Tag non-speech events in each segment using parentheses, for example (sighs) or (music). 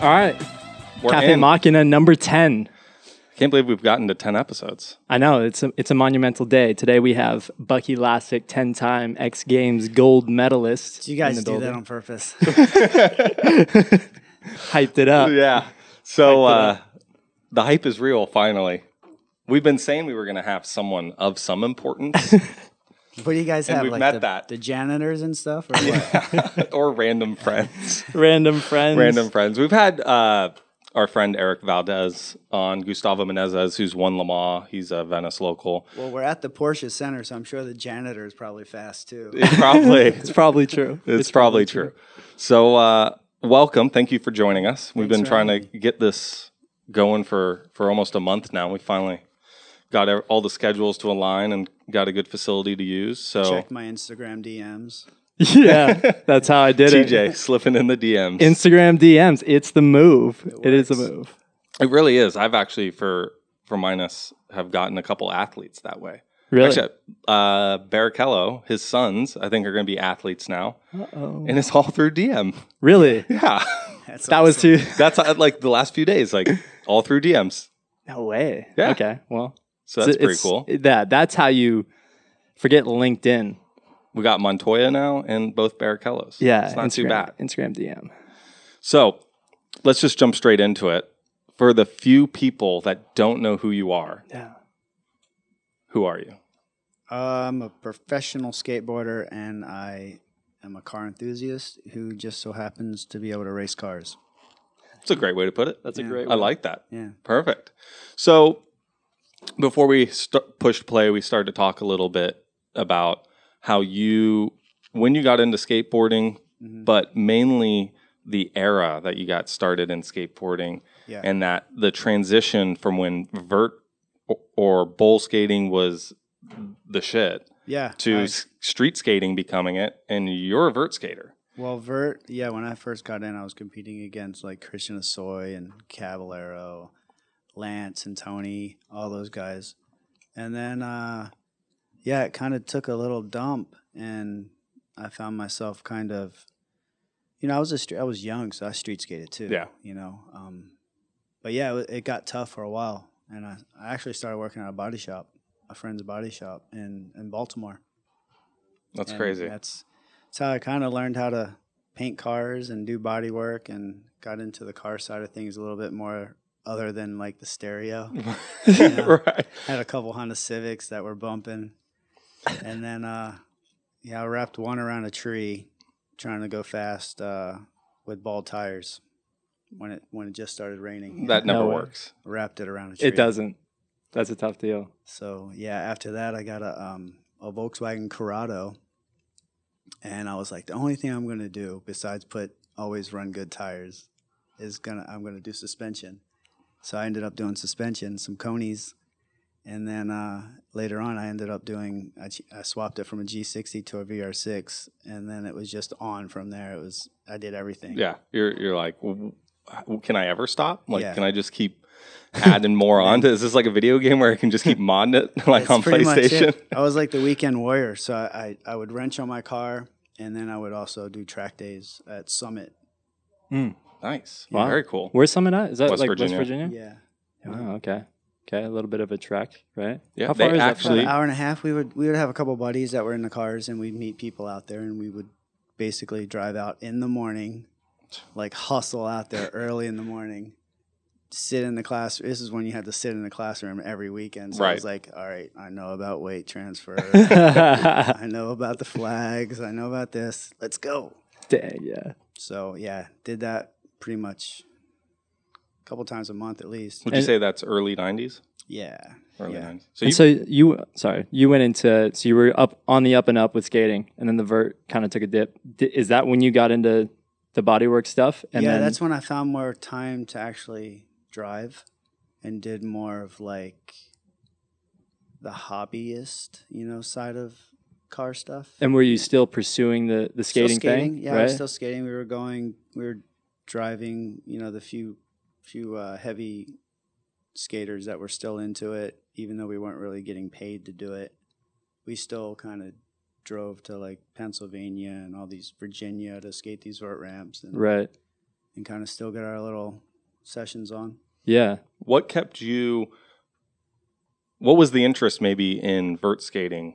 All right. We're Cafe in. Machina number 10. Can't believe we've gotten to 10 episodes. I know it's a, it's a monumental day. Today we have Bucky Lassick, 10 time X Games gold medalist. Do you guys in the do that building. on purpose? (laughs) Hyped it (laughs) up. Yeah. So uh, the hype is real, finally. We've been saying we were going to have someone of some (laughs) importance What do you guys And have? we've like met the, that. the janitors and stuff, or what? or random (laughs) friends. Random friends. Random friends. We've had uh, our friend Eric Valdez on, Gustavo Menezes, who's won Lamar. He's a Venice (laughs) local. well, we're at the Porsche Center, so I'm sure the janitor is probably fast too. It's probably It's probably (laughs) true. it's probably true. So, uh, welcome. Thank you for joining us. We've been for trying to get this going for for almost a month now. We finally got ev- all the schedules to align and got a good facility to use. So, Check my Instagram DMs. yeah, that's how I did it. TJ slipping in the DMs. Instagram DMs. It's the move. it is the works. move. it really is. I've actually for for minus have gotten a couple athletes that way. Really? Actually, uh, Barrichello, his sons, I think are going to be athletes now, Uh-oh. and it's all through DM. (laughs) Really? Yeah, That's That was awesome. too. that's uh, like the last few days, like all through DMs. No way. Yeah. Okay. Well, So that's it's- pretty it's- cool. That that's how you forget LinkedIn. We got Montoya now and both Barrichellos. Yeah, It's not Instagram, too bad. Instagram DM. So let's just jump straight into it. For the few people that don't know who you are, Yeah. who are you? Uh, I'm a professional skateboarder, and I am a car enthusiast who just so happens to be able to race cars. It's a great way to put it. That's a Yeah. great I like that. Yeah. Perfect. So before we st- pushed play, we started to talk a little bit about how you, when you got into skateboarding, Mhm. but mainly the era that you got started in skateboarding Yeah. and that the transition from when vert or, or bowl skating was the shit yeah. to I- s- street skating becoming it and you're a vert skater Well, vert, yeah. When I first got in, I was competing against like Christian Asoy and Caballero, Lance and Tony, all those guys. And then, uh, yeah, it kind of took a little dump, and I found myself kind of, you know, I was a stre- I was young, so I street skated too. Yeah. You know, um, but yeah, it, wa- it got tough for a while, and I, I actually started working at a body shop, a friend's body shop in in Baltimore. that's And crazy (laughs) That's that's how I kind of learned how to paint cars and do body work and got into the car side of things a little bit more other than like the (laughs) stereo. Yeah. right Had a couple Honda Civics that were bumping. And then uh yeah, I wrapped one around a tree trying to go fast uh with bald tires when it when it just started raining. that No never way. works wrapped it around a tree. It doesn't. That's a tough deal. So yeah, after that, I got a um, a Volkswagen Corrado, and I was like, the only thing I'm gonna do besides put always run good tires is gonna I'm gonna do suspension. So I ended up doing suspension, some conies, and then uh, later on, I ended up doing I, ch- I swapped it from a G60 to a VR6, and then it was just on from there. It was I did everything. yeah you're you're like "W- w- can i ever stop like Yeah. can i just keep adding more (laughs) onto is this like a video game where i can just keep modding it (laughs) like That's on pretty much playstation (laughs) it. I was like the weekend warrior, so I, I I would wrench on my car, and then I would also do track days at Summit. nice Wow. very cool Where's Summit at? Is that West like Virginia. West Virginia? Yeah, Oh, okay. Okay, a little bit of a trek, right? Yeah, How they far is that about actually- from- an hour and a half. We would we would have a couple buddies that were in the cars, and we'd meet people out there, and we would basically drive out in the morning, like hustle out there early in the morning. Sit in the class. This is when you had to sit in the classroom every weekend. So I was like, all right, I know about (laughs) weight transfer. I know about the flags. I know about this. Let's go. (laughs) Dang, yeah. So yeah, did that pretty much a couple times a month at least. would you And- say that's early 90s Yeah. early yeah. 90s so So you, you, so you, sorry, you went into, so you were up on the up and up with skating, and then the vert kind of took a dip. D- is that when you got into the bodywork stuff? And yeah, then, that's when I found more time to actually drive and did more of like the hobbyist, you know, side of car stuff. and were you still pursuing the the Still skating, thing? Yeah, right? I was still skating. We were going we were driving, you know, the few few uh, heavy skaters that were still into it, even though we weren't really getting paid to do it. We still kind of drove to like Pennsylvania and all these Virginia to skate these vert ramps and right. and kind of still get our little sessions on. Yeah. What kept you? What was the interest maybe in vert skating,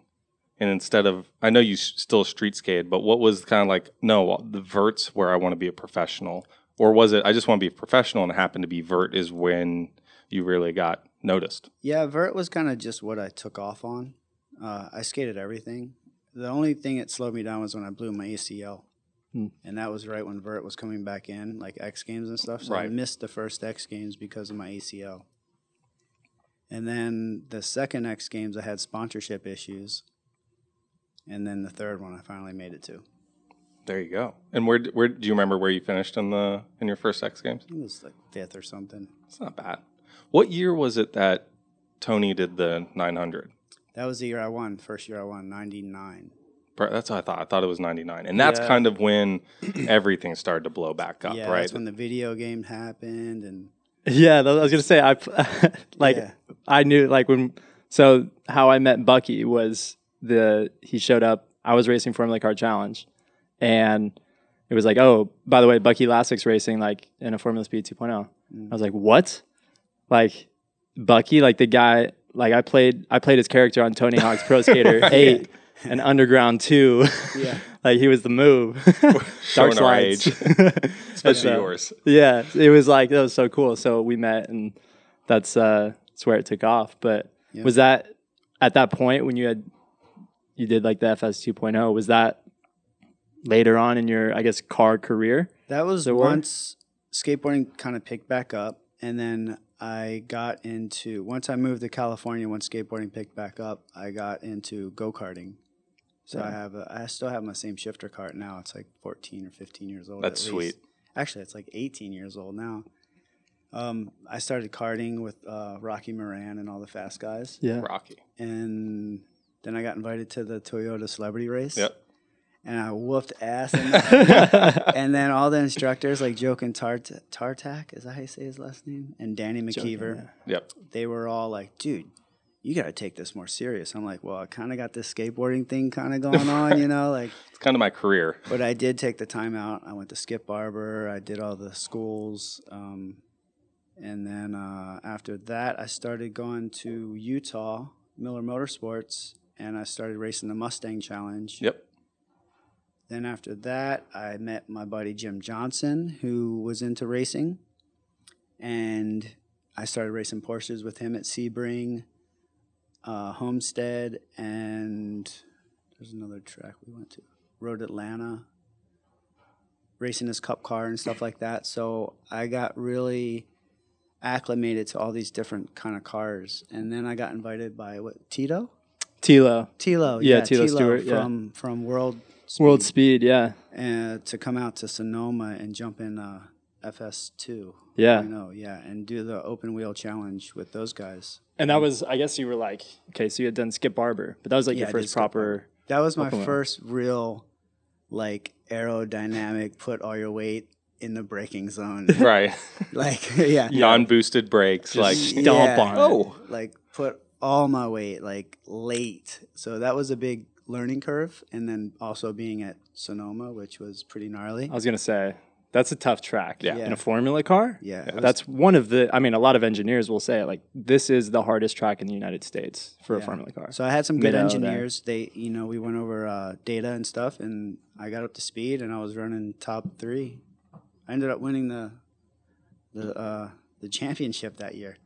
and instead of I know you s- still street skated, but what was kind of like no the verts where I want to be a professional, or was it I just want to be a professional and it happened to be vert is when you really got noticed? Yeah, vert was kind of just what I took off on. Uh, I skated everything. The only thing that slowed me down was when I blew my ACL, Hmm. and that was right when vert was coming back in, like X Games and stuff. So I Right. missed the first X Games because of my ACL. And then the second X Games, I had sponsorship issues, and then the third one, I finally made it to. There you go. And where d- where do you remember where you finished in the in your first X Games? It was like fifth or something. It's not bad. What year was it that Tony did the 900? That was the year I won. First year I won, ninety nine. Bro, That's what I thought. I thought it was 99. And that's Yeah. kind of when (clears throat) everything started to blow back up, yeah, right? that's when the video game happened, and Yeah. that- I was gonna say I pl- (laughs) like Yeah. I knew like when so how I met Bucky was the he showed up. I was racing Formula Car Challenge, and it was like, oh, by the way, Bucky Lassick's racing like in a Formula Speed 2.0. Mm. I was like, what? Like Bucky, like the guy, like I played I played his character on Tony Hawk's (laughs) Pro Skater Eight and Underground Two. Yeah. (laughs) like he was the move. (laughs) Showing our Slides. age. (laughs) Especially But, uh, yours. yeah, it was like that was so cool. So we met, and that's uh, that's where it took off. But Yeah. was that at that point when you had you did like the FS 2.0? oh, Was that later on in your I guess car career? That was There were? once skateboarding kind of picked back up, and then I got into once I moved to California. Once skateboarding picked back up, I got into go karting. So I Yeah. have a, I still have my same shifter cart now. It's like 14 or 15 years old. That's at sweet. least. Actually, it's like 18 years old now. Um, I started karting with uh, Rocky Moran and all the fast guys, (laughs) Yeah, Rocky. and then I got invited to the Toyota Celebrity Race. Yep. And I whooped (laughs) ass in that and then all the instructors like Joe and Tart- Tartak, is that how you say his last name? And Danny Joking, McKeever, yeah. Yep. they were all like, dude, you got to take this more serious. I'm like, well, I kind of got this skateboarding thing kind of going on, you know, like, It's kind of my career. but I did take the time out. I went to Skip Barber, I did all the schools. Um, and then uh, after that, I started going to Utah, Miller Motorsports, and I started racing the Mustang Challenge. Yep. Then after that, I met my buddy Jim Johnson, who was into racing, and I started racing Porsches with him at Sebring, uh, Homestead, and there's another track we went to, Road Atlanta, racing his cup car and stuff like that. So I got really acclimated to all these different kind of cars, and then I got invited by what Tito, Tilo Tilo, Yeah, Tilo Stewart, yeah. from from World Mm-hmm. World Speed. Yeah, uh, to come out to Sonoma and jump in uh, FS2. yeah. I know, yeah, and do the open wheel challenge with those guys. And that was I guess you were like okay, so you had done Skip Barber, but that was like Yeah, your I did first Skip proper. That was my Open wheel. first real, like, aerodynamic, put all your weight in the (laughs) braking zone. (laughs) Right. like, yeah, Non boosted brakes. Just like, stomp Yeah. on. it. oh, like, put all my weight, like, late. So that was a big learning curve. And then also being at Sonoma, which was pretty gnarly. I was gonna say that's a tough track. Yeah. in a formula car. Yeah, it was- That's one of the, I mean, a lot of engineers will say it like, this is the hardest track in the United States for a Yeah. Formula car. So I had some good Middle of that. engineers. They, you know, we went over uh, data and stuff, and I got up to speed, and I was running top three. I ended up winning the the uh, the championship that year.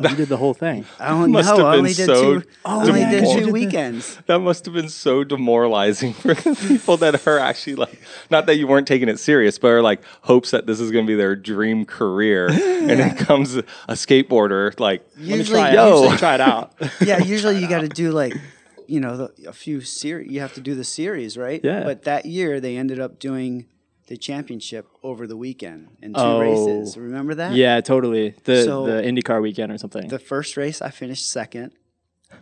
you did the whole thing. I don't Must know. have I been only did so two. I only demor- You did did two that. weekends. that must have been so demoralizing (laughs) for the people that are actually like, not that you weren't taking it serious, but are like hopes that this is going to be their dream career. And then comes a skateboarder, like, (laughs) Let me (laughs) Usually, try it. Yo. Usually try it out. (laughs) yeah. Usually, you got to do like, you know, the, a few series. You have to do the series, right? Yeah. But that year, they ended up doing the championship over the weekend in two Oh. races. Remember that? yeah, totally. The So- the IndyCar weekend or something. The first race, I finished second.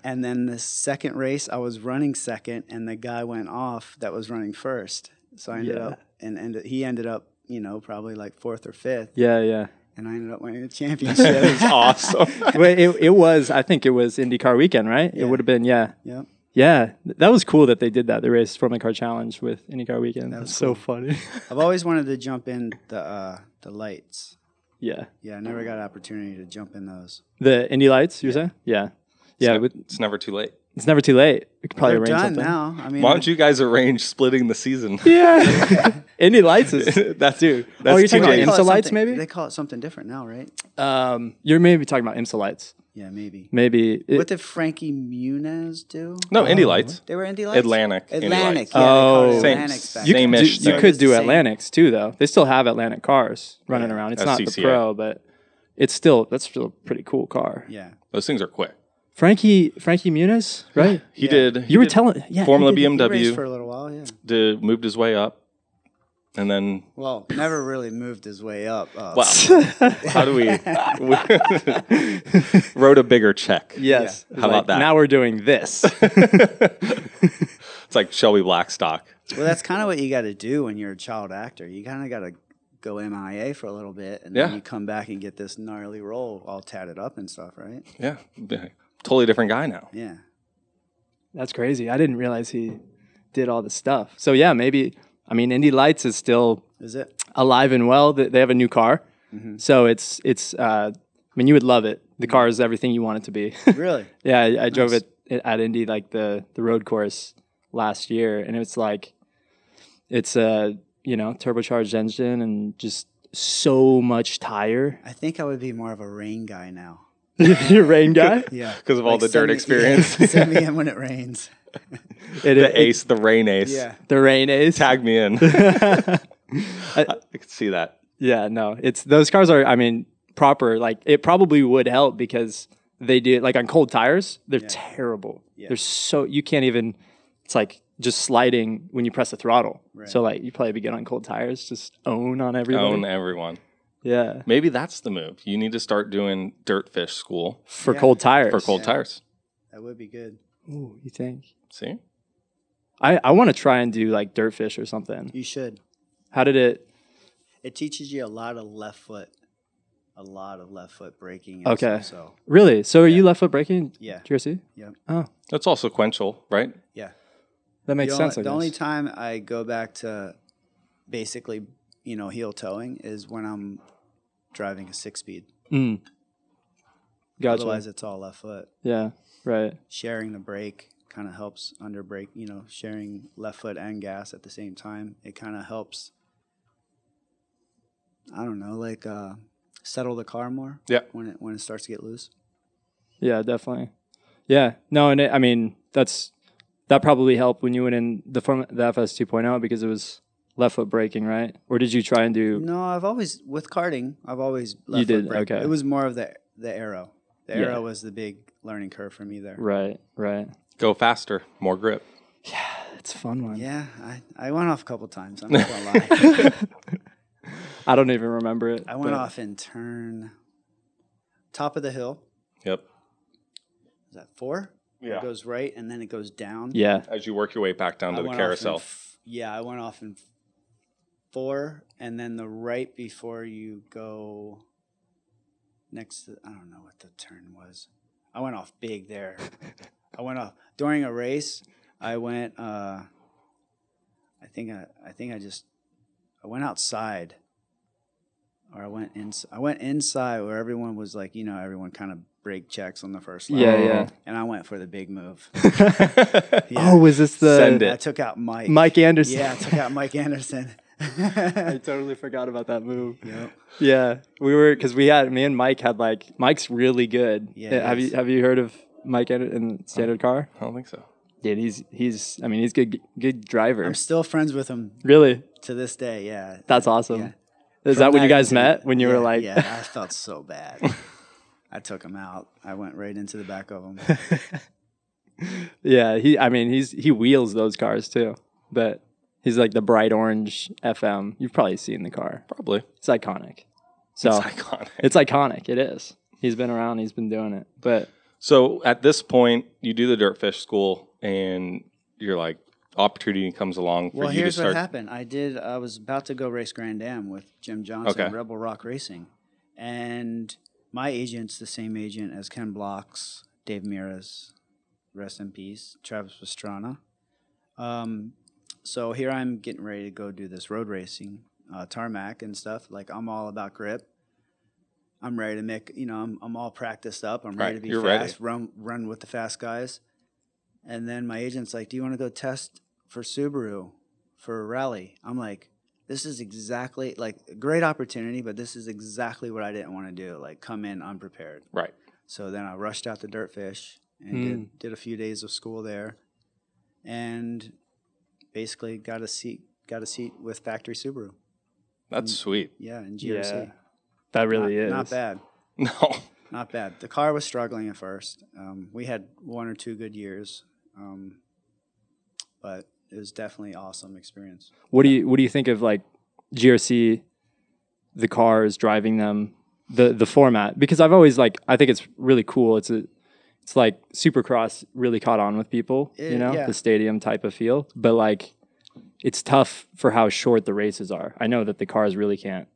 And then the second race, I was running second, and the guy went off that was running first. So I ended Yeah. up, and, and he ended up, you know, probably like fourth or fifth. yeah, yeah. And I ended up winning the (laughs) it's championship. awesome. Wait, it, it was, I think it was IndyCar weekend, right? It would have been, yeah. yep. Yeah, th- that was cool that they did that. They raced Formula Car Challenge with IndyCar Weekend. That That's was so cool. (laughs) funny. I've always wanted to jump in the uh, the lights. yeah, Yeah, I never got an opportunity to jump in those. the Indy Lights. You're saying? Yeah, yeah. So- with- It's never too late. It's never too late. We could probably They're arrange done something. now. I mean, Why don't you guys arrange splitting (laughs) the season? (laughs) (laughs) Yeah, Indy Lights is. that's Dude. That's Oh, you're talking They about TJ. call it IMSA lights, something- maybe? They call it something different now, right? Um, you're maybe talking about IMSA Lights. Yeah, maybe. Maybe. it- what did Frankie Muniz do? No, Indy Lights. They were Indy Lights. Atlantic. Indy Lights. Atlantic. Yeah, they called Oh. it Same- Atlantic back you then. same could do, ish you though. could It's do the same. Atlantics too, though. They still have Atlantic cars running around. It's Uh, not the CCA. pro, but it's still that's still a pretty cool car. Yeah. Those things are quick. Frankie Frankie Muniz, right? He Yeah. did. he you were did- telling yeah, Formula he did- He raced BMW for a little while, yeah. did, moved his way up, and then Well, never really moved his way up. Uh, (laughs) wow, how do we, (laughs) we wrote a bigger check? yes. How about that? Now we're doing (laughs) this. it's like Shelby Blackstock. Well, that's kind of what you got to do when you're a child actor. You kind of got to go MIA for a little bit, and Yeah. then you come back and get this gnarly role all tatted up and stuff, right? Yeah, totally different guy now. Yeah. That's crazy. I didn't realize he did all this stuff. So yeah, maybe I mean Indy Lights is still Is it? alive and well. They they have a new car, Mm-hmm. Mhm. so it's it's. Uh, I mean, you would love it. The car is everything you want it to be. (laughs) Really? yeah, I, I drove Nice. it i- at Indy like the the road course last year, and it's like it's a you know turbocharged engine and just so much tire. (laughs) I think I would be more of a rain guy now. You're a rain guy. Yeah. 'Cause of all the dirt send me- experience. yeah, (laughs) send me in when it rains. It, (laughs) The it- ace, the rain ace. Yeah. the rain is. Tag me (laughs) in. I, I could see that. Yeah, no, it's those cars are. I mean, proper. Like it probably would help because they do like on cold tires. They're terrible. Yeah. They're so you can't even. It's like just sliding when you press the throttle. So like you probably be good on cold tires. Just own on everybody. Own everyone. Yeah, Maybe that's the move. You need to start doing dirt fish school for Yeah. cold tires. for cold Yeah. tires. That would be good. Ooh, you think? See? I I want to try and do like dirt fish or something. You should. How did it? It teaches you a lot of left foot, a lot of left foot braking. and Okay. stuff, so Really? So are you left foot braking? yeah, GRC? Yep. Oh, That's all sequential, right? yeah. that makes the sense. Only, I the only guess. time I go back to basically, you know, heel towing is when I'm driving a six speed. Mm. Gotcha. Otherwise, it's all left foot. yeah. Right. Sharing the brake kind of helps under brake. You know, sharing left foot and gas at the same time. It kind of helps. I don't know, like uh, settle the car more. Yeah. When it when it starts to get loose. Yeah, definitely. Yeah, no, and it, I mean that's that probably helped when you went in the form the FS 2.0 because it was left foot braking, right? Or did you try and do? No, I've always with karting. I've always left foot did, brake. okay. It was more of the the arrow. The Yeah. arrow was the big learning curve for me there. Right, right. Go faster, more grip. It's a fun one. Yeah, I, I went off a couple times. I'm (laughs) not gonna lie. I don't even remember it. I went but- off in turn top of the hill. Yep. Is that four? Yeah. It goes right and then it goes down. Yeah, As you work your way back down I to the went off in carousel. f- yeah, I went off in f- four and then the right before you go next to, I don't know what the turn was. I went off (laughs) big there. I went off during a race. I went uh I think I I think I just I went outside or I went in I went inside where everyone was like, you know, everyone kind of break checks on the first lap. yeah, yeah. And I went for the big move. Yeah. Oh, was this the Send it. I took out Mike. Mike Anderson? Yeah, I took out (laughs) Mike Anderson. I yep. totally forgot about that move. Yeah, we were because we had me and Mike had like Mike's really good. Yeah, he have is. Uh, you have you heard of Mike Ander- in standard car? (laughs) I don't think so. Dude, he's he's I mean he's good good driver. I'm still friends with him Really? to this day. Yeah. That's awesome. Yeah. Is that From when you guys incident- met? When you yeah, were like, Yeah, I felt so bad. I took him out. I went right into the back (laughs) of him. (laughs) yeah, he. I mean, he's he wheels those cars too, but he's like the bright orange FM. You've probably seen the car. Probably. It's iconic. Oh. So It's iconic. it's iconic. It is. He's been around. He's been doing it. But So at this point, you do the dirt fish school, and you're like, opportunity comes along for Well, you to here's what start. happened. I did. I was about to go race Grand Am with Jim Johnson, Okay. Rebel Rock Racing, and my agent's the same agent as Ken Blocks, Dave Miras, rest in peace, Travis Pastrana. Um, so here I'm getting ready to go do this road racing, uh, tarmac and stuff. Like I'm all about grip. I'm ready to make, you know, I'm, I'm all practiced up. I'm ready Right, to be you're ready. fast, run, run with the fast guys. And then my agent's like, do you want to go test for Subaru for a rally? I'm like, this is exactly like a great opportunity, but this is exactly what I didn't want to do. Like come in unprepared. Right. So then I rushed out to Dirtfish and Mm. did, did a few days of school there, and basically got a seat got a seat with Factory Subaru. That's Mm. sweet. (laughs) Yeah, in GRC. Yeah, that really not, is not bad. No. Not bad. The car was struggling at first. Um, we had one or two good years, um, but it was definitely awesome experience. What do you what do you think of like GRC, the cars driving them, the the format? Because I've always like I think it's really cool. It's a it's like Supercross really caught on with people, Eh, you know, yeah. the stadium type of feel. But like, it's tough for how short the races are. I know that the cars really can't.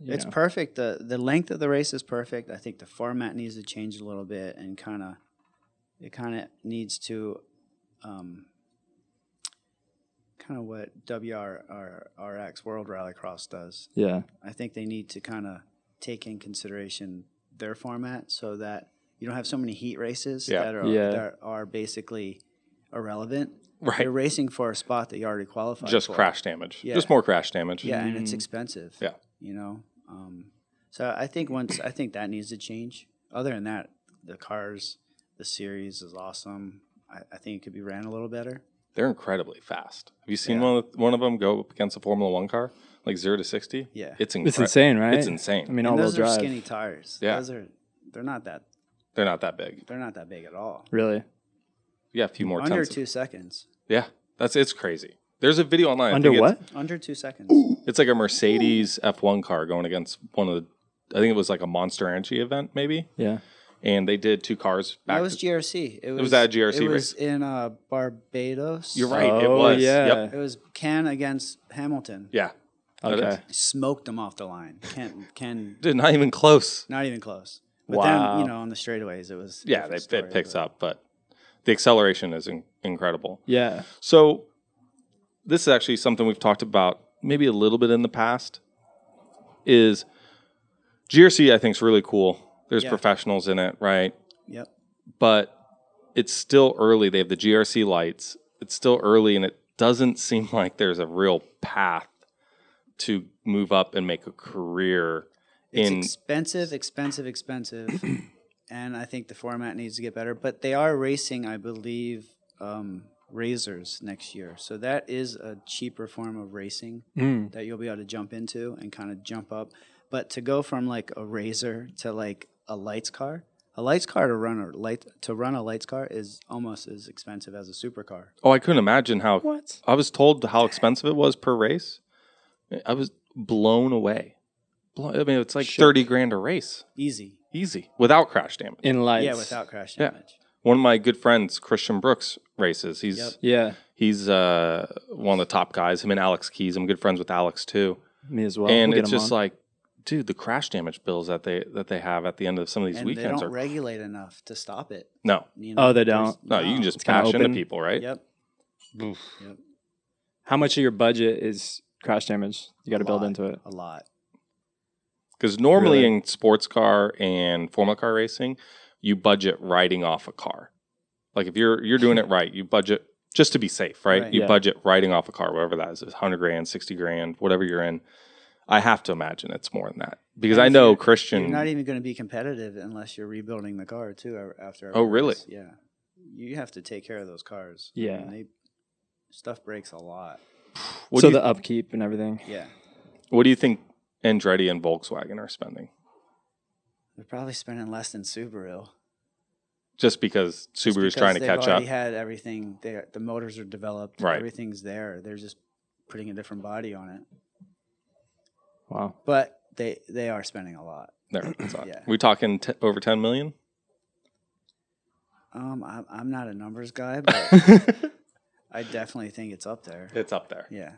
you It's know. perfect. the The length of the race is perfect. I think the format needs to change a little bit, and kind of, it kind of needs to, um, kind of what WRRX World Rallycross does. yeah, I think they need to kind of take in consideration their format so that you don't have so many heat races Yeah. that are Yeah. that are basically irrelevant. Right. You're racing for a spot that you already qualified. Just for. crash damage. Yeah. Just more crash damage. Yeah, and it's Mm. expensive. Yeah. You know? Um, so I think once, I think that needs to change. Other than that, the cars, the series is awesome. I, I think it could be ran a little better. They're incredibly fast. Have you seen Yeah. one of, one of them go up against a Formula One car, like zero to sixty? Yeah. It's incredible. it's insane, right? It's insane. I mean, all and wheel those are drive. skinny tires. Yeah. Those are, they're not that, They're not that big. they're not that big at all. Really, Yeah, a few more Under tons. of- two seconds. yeah, that's it's crazy. There's a video online. I under think what? Under two seconds. It's, it's like a Mercedes F1 car going against one of the. I think it was like a Monster Energy event, maybe, Yeah, and they did two cars That back. was to- GRC. It was, at GRC It race. was in uh, Barbados. You're right. it Oh, was. yeah. Yep. It was Ken against Hamilton. Yeah. That Okay. is- Smoked them off the line. Ken, Ken Dude, not even close. Not even close. But then, Wow. you know, on the straightaways, it was. a Yeah, they, different it story, picks but- up, but the acceleration is in, incredible. Yeah, So, this is actually something we've talked about maybe a little bit in the past. Is GRC I think is really cool. There's Yeah. professionals in it, right? Yep. But it's still early. They have the GRC lights. It's still early, and it doesn't (laughs) seem like there's a real path to move up and make a career It's in. expensive, (clears throat) expensive, expensive. and I think the format needs to get better. But they are racing, I believe, um, Razors next year. So that is a cheaper form of racing Mm. that you'll be able to jump into and kind of jump up. But to go from like a Razor to like a lights car, a lights car to run a light to run a lights car is almost as expensive as a supercar. oh, I couldn't imagine how what? I was told how expensive it was per race. I was blown away. Blown, I mean, it's like Shook. thirty grand a race, Easy. easy, without crash damage. In lights. Yeah, without crash Yeah. damage. One of my good friends, Christian Brooks, races. He's Yep. Yeah, he's uh, one of the top guys. Him and Alex Keys. I'm good friends with Alex too. me as well. and We'll get it's 'em just on. like, dude, the crash damage bills that they that they have at the end of some of these and they weekends don't are regulate enough to stop it. no, You Oh, they there's- don't? no. You can just It's kinda bash into open. people, right? Yep. how much of your budget is crash damage? You got to A build lot. into it. A lot. Because normally Really? in sports car and formula car racing, you budget riding off a car. Like if you're you're doing it right, you budget just to be safe, right? Right. you Yeah. budget riding off a car, whatever that is, hundred grand, sixty grand, whatever you're in. I have to imagine it's more than that because And I if know you're- Christian. You're not even going to be competitive unless you're rebuilding the car too a- after. Oh, every really? race. Yeah. You have to take care of those cars. I mean, Yeah. they stuff breaks a lot. what, so do you, uh the upkeep and everything. Yeah. what do you think Andretti and Volkswagen are spending? They're probably spending less than Subaru. Just because Just Subaru's because trying to they've catch up, already Had everything. They, the motors are developed. Right. Everything's there. They're just putting a different body on it. Wow. But they they are spending a lot. there, it's on. (clears throat) Yeah. we talking t- over ten million. Um, I'm I'm not a numbers (laughs) guy, but I I definitely think it's up there. It's up there, Yeah.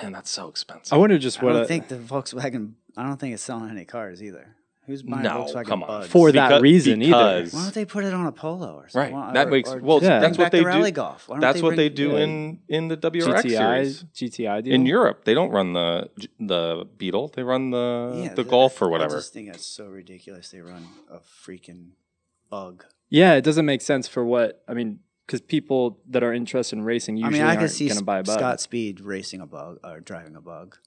man. That's so expensive. wonder just I what don't a, think the Volkswagen. I don't think it's selling any cars either. Who's buying No, Volkswagen come on. Bugs? For that Becau- reason either. because- Why don't they put it on a Polo or Right, something? Why- that or- makes- or well, bring that's what back the they do- rally golf. Why don't That's they what bring- they do yeah. in in the WRX series. GTI, GTI deal. In Europe, they don't run the the Beetle. They run the Yeah, the th- Golf or I whatever. just think that's so ridiculous. They run a freaking bug. yeah, it doesn't make sense for what I mean because people that are interested in racing usually I mean, I aren't could see going to buy a bug. (laughs) Scott Speed racing a bug or driving a bug.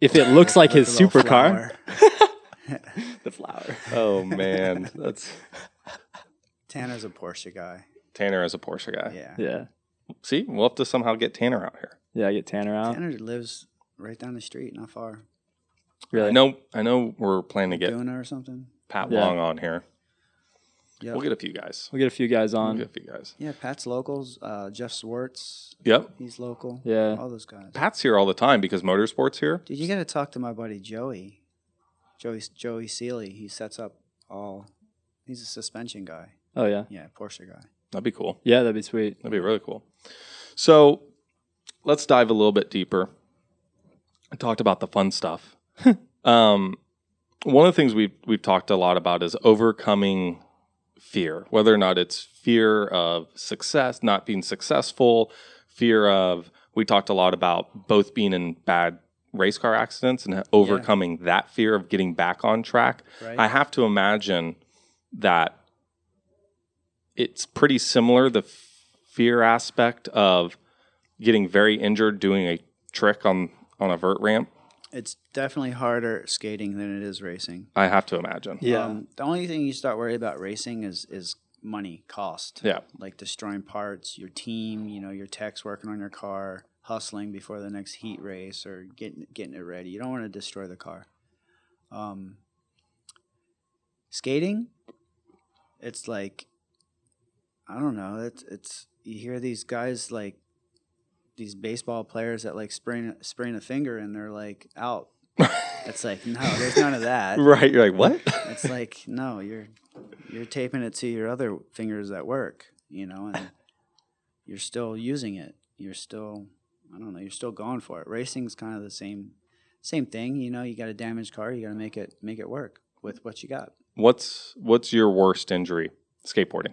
if it looks like With his (laughs) a little supercar, flower. the flower. Oh man, that's Tanner's a Porsche guy. (laughs) Tanner as a Porsche guy. Yeah. Yeah, See, we'll have to somehow get Tanner out here. yeah. I get Tanner out. Tanner lives right down the street, not far. Really? I know. I know. We're planning to get Duna or something. Pat Yeah. Long on here. Yeah. We'll get a few guys. We'll get a few guys We'll on. get a few guys. yeah, Pat's locals. Uh, Jeff Swartz, Yep. he's local. Yeah. All those guys. Pat's here all the time because motorsports here. Dude, you got to talk to my buddy Joey. Joey Joey Seely. He sets up all. He's a suspension guy. Oh yeah, Yeah, Porsche guy. That'd be cool. yeah. That'd be sweet. That'd be really cool. So let's dive a little bit deeper. I talked about the fun stuff. (laughs) um, one of the things we've we've talked a lot about is overcoming fear, whether or not it's fear of success, not being successful, fear of we talked a lot about both being in bad race car accidents and overcoming that fear of getting back on track. Right. I have to imagine that it's pretty similar the f- fear aspect of getting very injured doing a trick on on a vert ramp. it's definitely harder skating than it is racing. I have to imagine. Yeah. Um, the only thing you start worrying about racing is is money, cost. Yeah. Like destroying parts, your team, you know, your techs working on your car, hustling before the next heat race or getting getting it ready. You don't want to destroy the car. Um, skating, it's like I don't know. It's it's you hear these guys like these baseball players that like sprain sprain a finger and they're like out. It's like no, there's none of (laughs) that. right. You're like, what? (laughs) It's like no, you're you're taping it to your other fingers at work, you know, and (laughs) you're still using it. You're still I don't know, you're still going for it. Racing's kind of the same same thing, you know, you got a damaged car, you got to make it make it work with what you got. what's what's your worst injury? Skateboarding.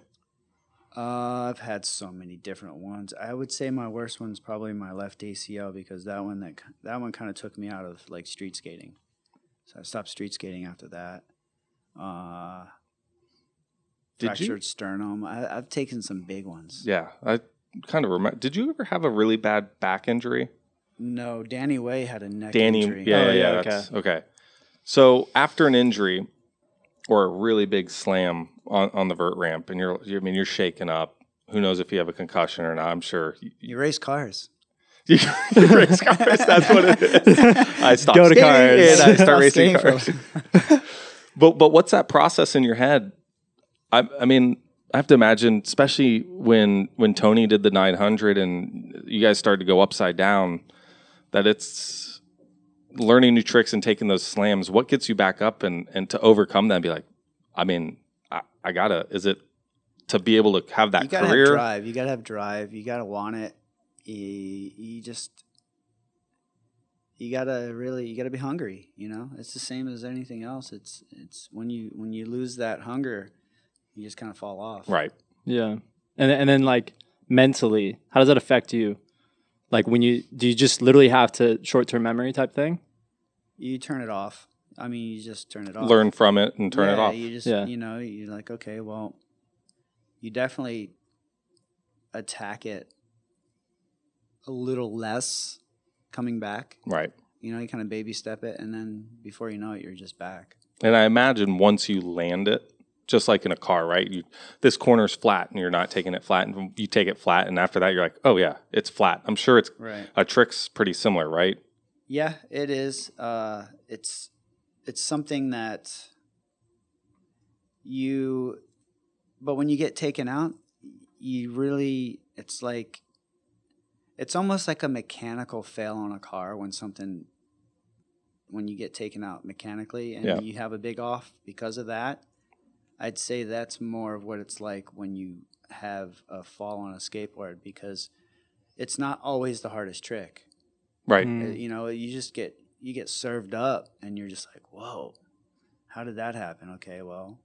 Uh, I've had so many different ones. I would say my worst one's probably my left ACL because that one that ki- that one kind of took me out of like street skating. So I stopped street skating after that. Uh, Did you- fractured sternum. I, I've taken some big ones. Yeah. I kind of remember. Did you ever have a really bad back injury? No, Danny Way had a neck Danny. injury. Yeah, Oh, yeah, yeah, yeah. That's, okay. So after an injury or a really big slam on, on the vert ramp, and you're, you I mean, you're shaken up. Who knows if you have a concussion or not? I'm sure. You, You race cars. (laughs) you race cars. That's what it is. I stopped Go to skating cars. and I start Stop racing skating for a cars. (laughs) but but what's that process in your head? I I mean I have to imagine, especially when when Tony did the 900 and you guys started to go upside down, that it's learning new tricks and taking those slams. What gets you back up and and to overcome that? And be like, I mean, I, I gotta. Is it to be able to have that you gotta career? have drive. You gotta have drive. You gotta want it. You, you just you gotta really you gotta be hungry. You know, it's the same as anything else. It's it's when you when you lose that hunger, you just kind of fall off. Right. Yeah, and and then like mentally, how does that affect you? Like when you do you just literally have to short term memory type thing? You turn it off. I mean, you just turn it off. Learn from it and turn it Yeah, off. You just Yeah. you know you're like okay, well, you definitely attack it a little less coming back. right. you know, you kind of baby step it, and then before you know it, you're just back. And I imagine once you land it, just like in a car, right? You this corner's flat and you're not taking it flat and you take it flat and after that you're like, "Oh yeah, it's flat." I'm sure it's Right. a trick's pretty similar, right? Yeah, it is. Uh, it's it's something that you, but when you get taken out, you really it's like it's almost like a mechanical fail on a car when something when you get taken out mechanically and Yeah. you have a big off because of that. I'd say that's more of what it's like when you have a fall on a skateboard because it's not always the hardest trick. Right. Mm. Mm. Uh, you know you just get you get served up and you're just like whoa How did that happen? Okay, well,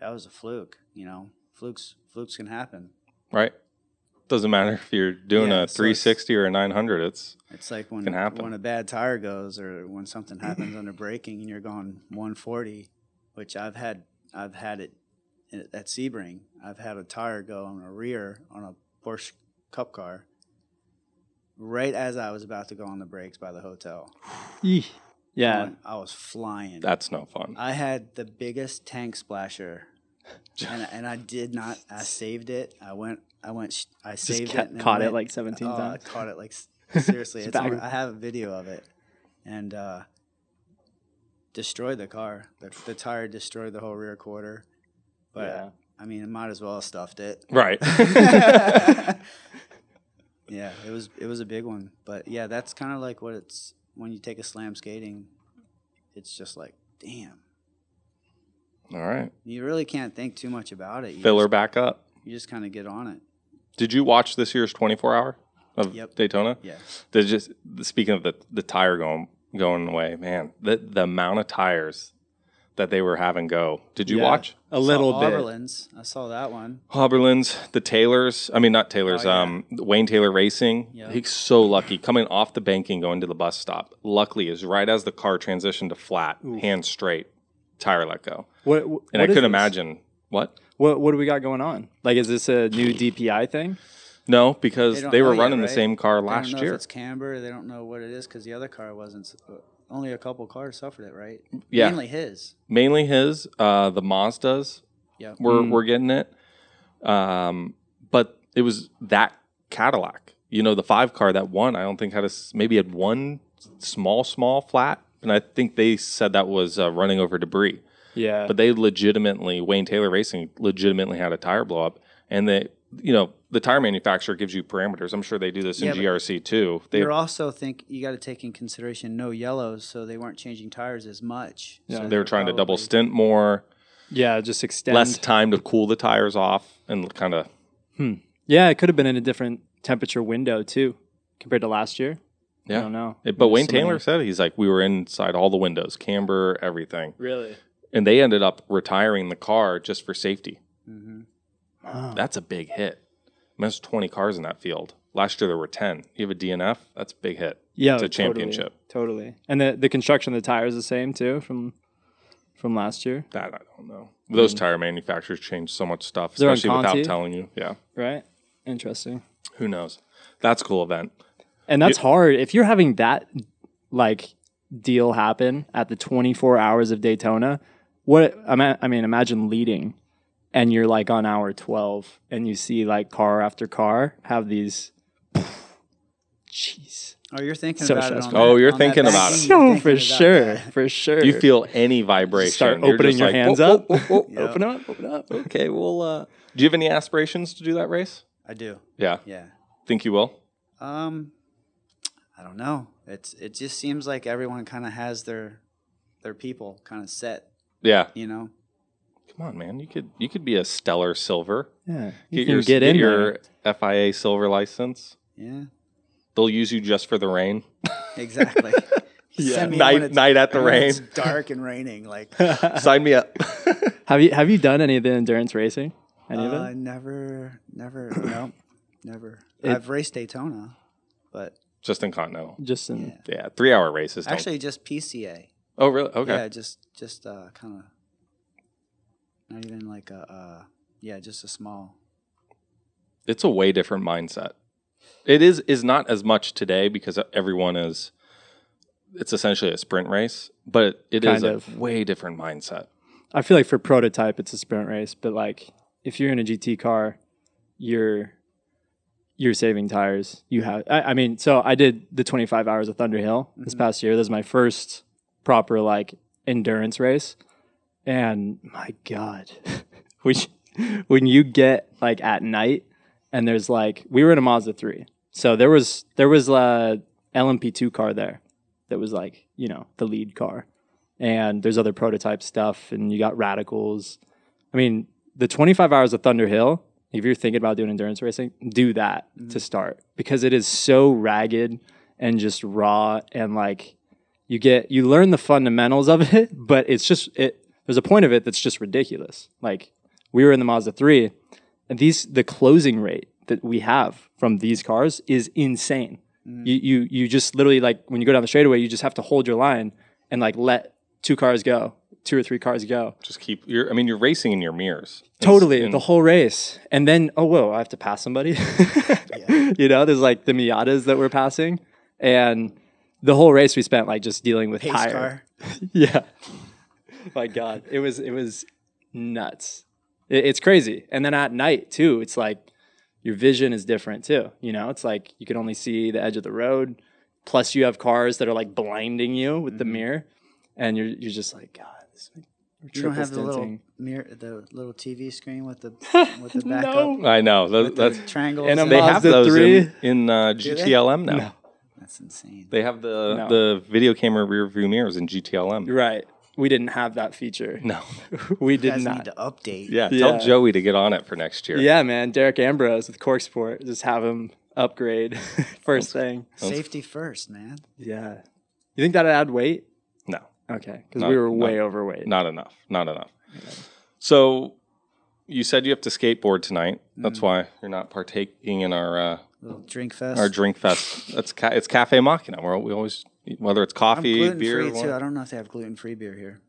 that was a fluke. You know, flukes flukes can happen. right? Doesn't matter if you're doing Mm-hmm. Yeah, so a it's- 360 or a 900. It's It's like when Can happen. when a bad tire goes or when (clears throat) something happens under braking and you're going 140, which I've had I've had it in- at Sebring. I've had a tire go on a rear on a Porsche Cup car right as I was about to go on the brakes by the hotel. Eesh. Yeah. Going- I was flying. that's no fun. I had the biggest tank splasher, and, and I did not. I saved it. I went. I went. sh- I Just saved ca- it. And caught it went- (laughs) like 17 oh, I times. caught it (laughs) like s- seriously. It's it's on- back. I have a video of it, and uh, destroyed the car. The, the tire destroyed the whole rear quarter. But Yeah. I mean, it might as well have stuffed it. Right. (laughs) yeah, it was it was a big one. But yeah, that's kind of like what it's when you take a slam skating. It's just like, damn, All right. you really can't think too much about it. You Fill her just, back up. you just kind of get on it. Did you watch this year's 24 hour of Yep. Daytona? Yeah, There's just speaking of the, the tire going going away, man. The the amount of tires that they were having go. Did you Yeah. watch uh, A little Saw bit. Auberlin's. I saw that one. Hoberlin's, the Taylors? I mean, not Taylors. Oh, yeah. Um, Wayne Taylor Racing. Yeah. He's so lucky coming off the banking, going to the bus stop. Luckily, is right as the car transitioned to flat, hand straight, tire let go, What, wh- and what I is couldn't this? imagine what. What, what do we got going on? Like, is this a new DPI thing? No, because They they, don't were know yet, running the right? same car They last don't know year. If it's camber. They don't know what it is because the other car wasn't. s- uh, Only a couple cars suffered it, right? Yeah. Mainly his. mainly his. Uh, the Mazdas Yeah. were Mm. were getting it, um, but it was that Cadillac. You know, the five car that won. I don't think had a s- maybe had one small small flat, and I think they said that was uh, running over debris. Yeah. But they legitimately Wayne Taylor Racing legitimately had a tire blow up, and they you know the tire manufacturer gives you parameters. I'm sure they do this in Yeah, but GRC too. They You're also think you got to take in consideration no yellows, so they weren't changing tires as much. Yeah. So oh, they were trying to double probably- stint more, yeah, just extend. less time to cool the tires off, and kind of yeah, it could have been in a different temperature window too compared to last year. I yeah. don't know. It- but There's Wayne so many- Taylor said he's like we were inside all the windows, camber, everything, Really? and they ended up retiring the car just for safety. Mm-hmm. Mhm. Wow. That's a big hit. I mean, There's 20 cars in that field. Last year there were 10. You have a DNF. That's a big hit. yeah, It's a totally, championship. Totally. And the, the construction of the tire is the same too from from last year, That I don't know. Those tire manufacturers change so much stuff, Mm-hmm. They're on especially without Conti? telling you. Yeah, right? Interesting. who knows? That's a cool event. And that's hard if you're having that like deal happen at the 24 hours of Daytona. What I mean, I mean, imagine leading and you're like on hour 12 and you see like car after car have these (sighs) jeez. Oh, you're thinking So about it. stressful. On Oh, that- you're on that thinking back about (laughs) it. end, So you're thinking for about sure, that. for sure. You feel any vibration? start you're opening just your like, hands "Whoa, up. whoa, whoa, whoa." Yeah. Open up, open up. Okay, well, uh, do you have any aspirations to do that race? I do. Yeah, Yeah. think you will. Um, I don't know. It's it just seems like everyone kind of has their their people kind of set. Yeah, You know. come on, man. You could you could be a stellar silver. Yeah, you get can your get in there. your FIA silver license. Yeah. They'll use you just for (laughs) the rain. (laughs) Exactly. Yeah. Send me when Night it's- night at the when rain. It's dark and raining. (laughs) Like Sign me up. Have you have you done any of the endurance racing? Any of uh, it? never, never, (clears throat) no, never. It- I've raced Daytona, but (laughs) just in Continental. Just in yeah. Yeah, three hour races. don't- Actually, just PCA. oh really? Okay. Yeah, just just uh, kind of not even like a uh, yeah, just a small. it's a way different mindset. It is is not as much today because everyone is. It's essentially a sprint race, but it is Kind of. a way different mindset. I feel like for prototype, it's a sprint race, but like if you're in a GT car, you're you're saving tires. You have, I, I mean, so I did the 25 hours of Thunder Hill this Mhm. past year. This is my first proper like endurance race, and my god, (laughs) which when you get like at night and there's like we were in a Mazda three, so there was there was a LMP2 car there that was like you know the lead car, and there's other prototype stuff, and you got radicals. I mean, the 25 hours of Thunder Hill. If you're thinking about doing endurance racing, do that to start because it is so ragged and just raw and like you get you learn the fundamentals of (laughs) it, but it's just it there's a point of it that's just ridiculous. Like we were in the Mazda 3, and these the closing rate that we have from these cars is insane. Mm. You you you just literally like when you go down the straightaway, you just have to hold your line and like let two cars go, two or three cars go. Just keep. You're, I mean, you're racing in your mirrors. And- Totally, and- the whole race, and then oh whoa, I have to pass somebody. (laughs) You know, there's like the Miatas that we're passing, and the whole race we spent like just dealing with Pace tire. car. (laughs) Yeah, my God, it was it was nuts. It, it's crazy, and then at night too, it's like your vision is different too. You know, it's like you can only see the edge of the road. Plus, you have cars that are like blinding you with the Mm-hmm. mirror, and you're you're just like God. This is You don't have the little tinting. mirror, the little TV screen with (laughs) the with the backup. No. I know. That, the that's triangles. And I'm they Mazda have those in, three. in uh, they? GTLM now. That's insane. They have the No. the video camera rear view mirrors in GTLM. right. We didn't have that feature. (laughs) No. (laughs) we You did guys not. need to update. Yeah, Yeah. Tell Joey to get on it for next year. Yeah, man, Derek Ambrose with Cork Sport, just have him upgrade (laughs) first thing. Safety first, man. Yeah, you think that'd add weight? No. Okay, because No, we were no. way overweight. Not enough. Not enough. So you said you have to skateboard tonight. That's Mm-hmm. why you're not partaking in our uh, Little drink fest. our drink fest. That's ca- it's Cafe Machina. Where we always whether it's I'm coffee, gluten beer, free too. I wine- don't know if they have gluten free (laughs) beer here.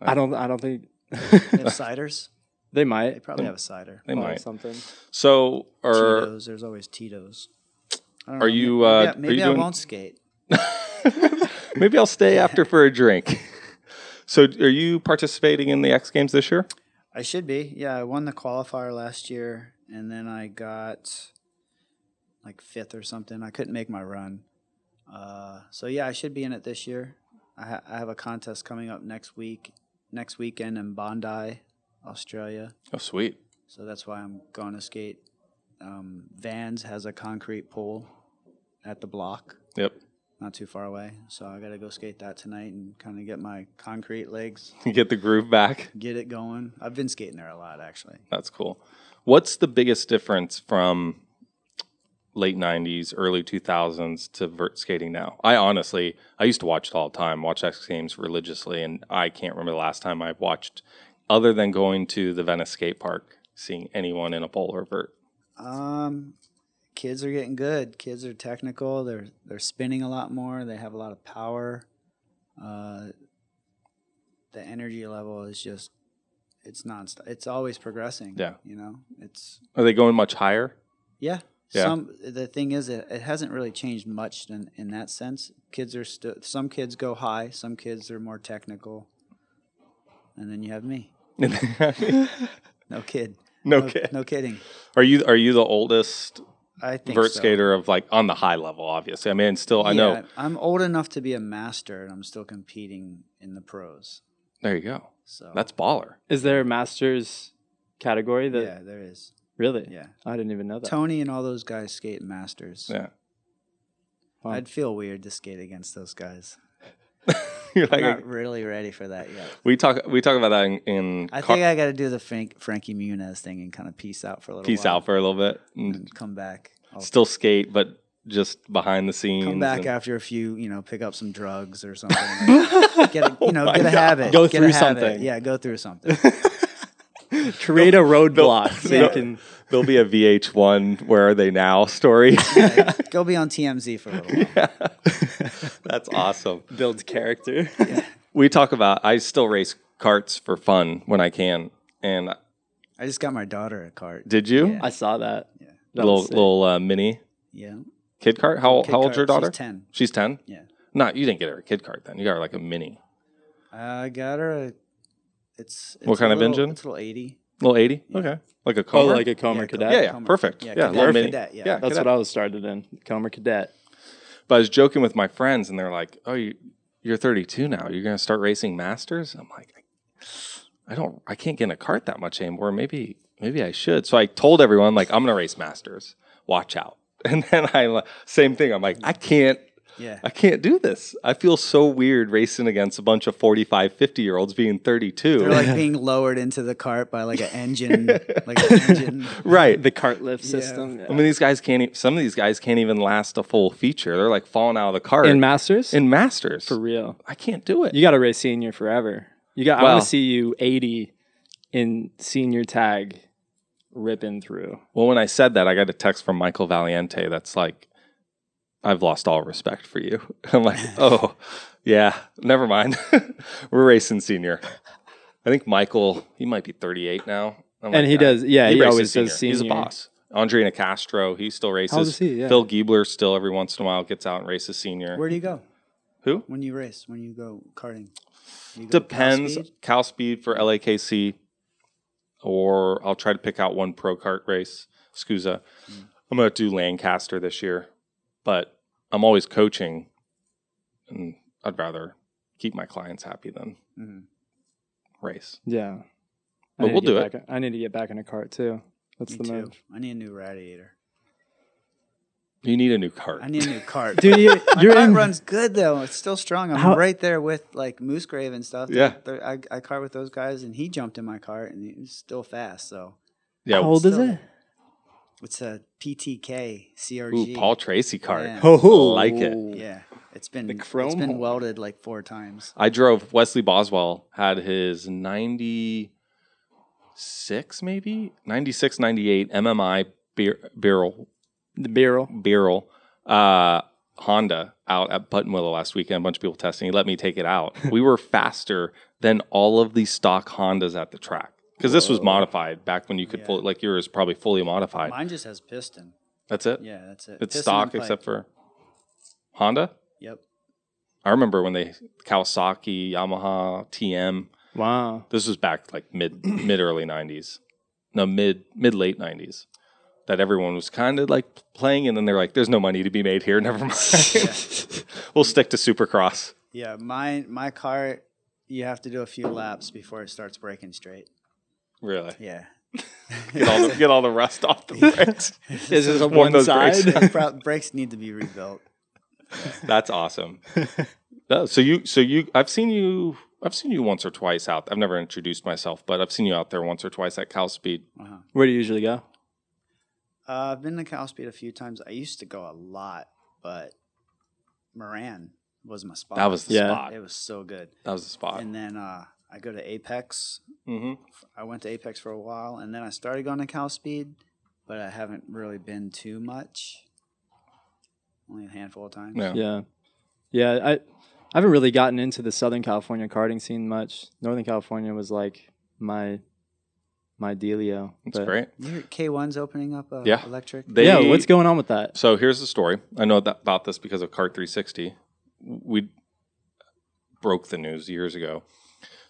I don't. I don't think They have ciders. they They might. probably have a cider. they or might. something. So or Tito's. There's always Tito's. I don't Are know, you, Maybe, uh, I- are you maybe I doing- won't skate. maybe I'll stay (laughs) after for a drink. (laughs) So are you participating in the X Games this year? I should be. Yeah, I won the qualifier last year, and then I got like fifth or something. I couldn't make my run. Uh, so yeah, I should be in it this year. I, ha- I have a contest coming up next week, next weekend in Bondi, Australia. Oh, sweet. So that's why I'm going to skate. Um, Vans has a concrete pool at the block, Yep. not too far away. So I got to go skate that tonight and kind of get my concrete legs, Get the groove back. get it going. I've been skating there a lot actually. That's cool. What's the biggest difference from late 90s, early 2000s to vert skating now? I honestly, I used to watch it all the time, watch X Games religiously, and I can't remember the last time I watched, other than going to the Venice skate park, seeing anyone in a polar vert. Um, kids are getting good. Kids are technical. They're they're spinning a lot more. They have a lot of power. Uh, the energy level is just it's nonstop. It's always progressing. Yeah. you know, it's Are they going much higher? (laughs) yeah. Yeah. Some the thing is, it, it hasn't really changed much in in that sense. Kids are still some kids go high. Some kids are more technical. And then you have me. No kid. no kidding. No kidding. Are you are you the oldest Uh, I think vert so. skater of like on the high level? Obviously, I mean, still, I Yeah, know. I'm old enough to be a master, and I'm still competing in the pros. There you go. So That's baller. Is there a masters category that yeah, there is. really? Yeah, I didn't even know that. Tony and all those guys skate masters. Yeah. (laughs) Wow. I'd feel weird to skate against those guys. You're I'm like not really ready for that yet. we talk we talk about that in, in I car- think I got to do the Frank, Frankie Muniz thing and kind of peace out for a little peace while out for a little bit. And and come back. I'll Still skate, but just behind the scenes. come back and- (laughs) after a few, you know, pick up some drugs or something. Like, get a, you know, Oh my get a God. habit. Go get a through habit. something. Yeah, go (laughs) through something. Create (laughs) a roadblock (laughs) so they'll- you can. There'll be a VH1 "Where Are They Now" (laughs) (laughs) story. Like, go be on TMZ for a little while. That's awesome. Build character. We talk about. I still race carts for fun when I can. And I just got my daughter a cart. did you Yeah. (laughs) I saw that. Yeah. little little uh, mini Yeah. kid cart? How Kid how old's your cart, she's daughter? 10. She's ten. Yeah. No, you didn't get her a kid cart then. You got her like a mini I got her a. It's, it's What a kind of little- engine? It's a little 80. little eighty. Okay, like a Comer? Oh, like a Comer Yeah, cadet. yeah, yeah, Comer. perfect. Yeah, Yeah, Cadet, little mini. Cadet, yeah. That's Cadet. what I was started in. Comer cadet. But I was joking with my friends, and they're like, "Oh, you, you're 32 now. You're gonna start racing masters." I'm like, "I don't. I can't get in a cart that much anymore. Maybe, maybe I should." So I told (laughs) everyone, "Like, I'm gonna race masters. Watch out." And then I, same thing. I'm like, "I can't. Yeah. I can't do this. I feel so weird racing against a bunch of 45, 50 year olds being 32. They're like being lowered into the cart by like an engine, like an (laughs) engine. (laughs) right. The cart lift system. I mean, these guys can't. e- Some of these guys can't even last a full feature. They're like falling out of the cart in masters, in masters. for real, I can't do it. you got to race senior forever. You got. I Wow. want to see you eighty in senior tag, ripping through. Well, when I said that, I got a text from Michael Valiente that's like, I've lost all respect for you. (laughs) (laughs) I'm like, oh, yeah, never mind. (laughs) We're racing senior. I think Michael, he might be 38 now. and I'm like, he "Yeah, does. Yeah, he, races always does senior. He's a boss. Andre Nicastro, he still races. How old is he? Yeah. Phil Giebler still every once in a while gets out and races senior. Where do you go Who? when you race? When you go karting? You go top Depends. speed? Cal speed for LAKC, or I'll try to pick out one pro kart race. Scusa. Mm. I'm going to do Lancaster this year, but I'm always coaching, and I'd rather keep my clients happy than Mhm. race. Yeah. I But need to we'll get do it. back- I need to get back in a cart too. That's Me the too. move. I need a new radiator. You need a new cart. I need a new (laughs) cart. Dude, (laughs) you, My you're cart in. runs good though. It's still strong. I'm How- right there with like Moose Grave and stuff. Yeah. They're- I, I cart with those guys, and he jumped in my cart, and he's still fast. So yeah. How old is still- it? it's a PTK CRG. Ooh, Paul Tracy cart. (laughs) Yeah. Oh, like it. Yeah, it's been The it's chrome been hole. welded like four times. I drove Wesley Boswell had his 96 maybe 96 98 MMI beer, barrel The barrel. Beryl, uh, Honda out at Button Willow last weekend. A bunch of people testing. He let me take it (laughs) out. we were faster than all of the stock Hondas at the track because this was Whoa. modified back when you could Yeah. fully, like yours, probably fully modified. Mine just has piston. That's it. Yeah, that's it. it's Piston stock and pipe. except for Honda. Yep. I remember when they Kawasaki, Yamaha, TM. Wow. This was back like mid mid early '90s, no mid mid late '90s. That everyone was kind of like playing, and then they're like, "There's no money to be made here. (laughs) Never mind. we'll stick to Supercross." Yeah, my my cart. You have to do a few laps before it starts breaking straight. Really, Yeah. (laughs) get all the, get all the rust off the brakes. Is (laughs) this One of one those side? (laughs) The (laughs) bra- brakes need to be rebuilt. (laughs) (laughs) That's awesome. No, so you, so you, I've seen you, I've seen you once or twice out. I've never introduced myself, but I've seen you out there once or twice at Cal Speed. Uh-huh. Where do you usually go? Uh, I've been to Cal Speed a few times. I used to go a lot, but Moran was my spot. That was the Yeah. spot. It was so good. That was the spot. And then uh, I go to Apex. hmm I went to Apex for a while, and then I started going to Cal Speed, but I haven't really been too much. Only a handful of times. Yeah. Yeah. Yeah. I, I haven't really gotten into the Southern California karting scene much. Northern California was like my my dealio. that's but- great. You hear K1's opening up uh, Yeah. electric. They- yeah. What's going on with that? So here's the story. I know that, about this because of Cart 360. We broke the news years ago.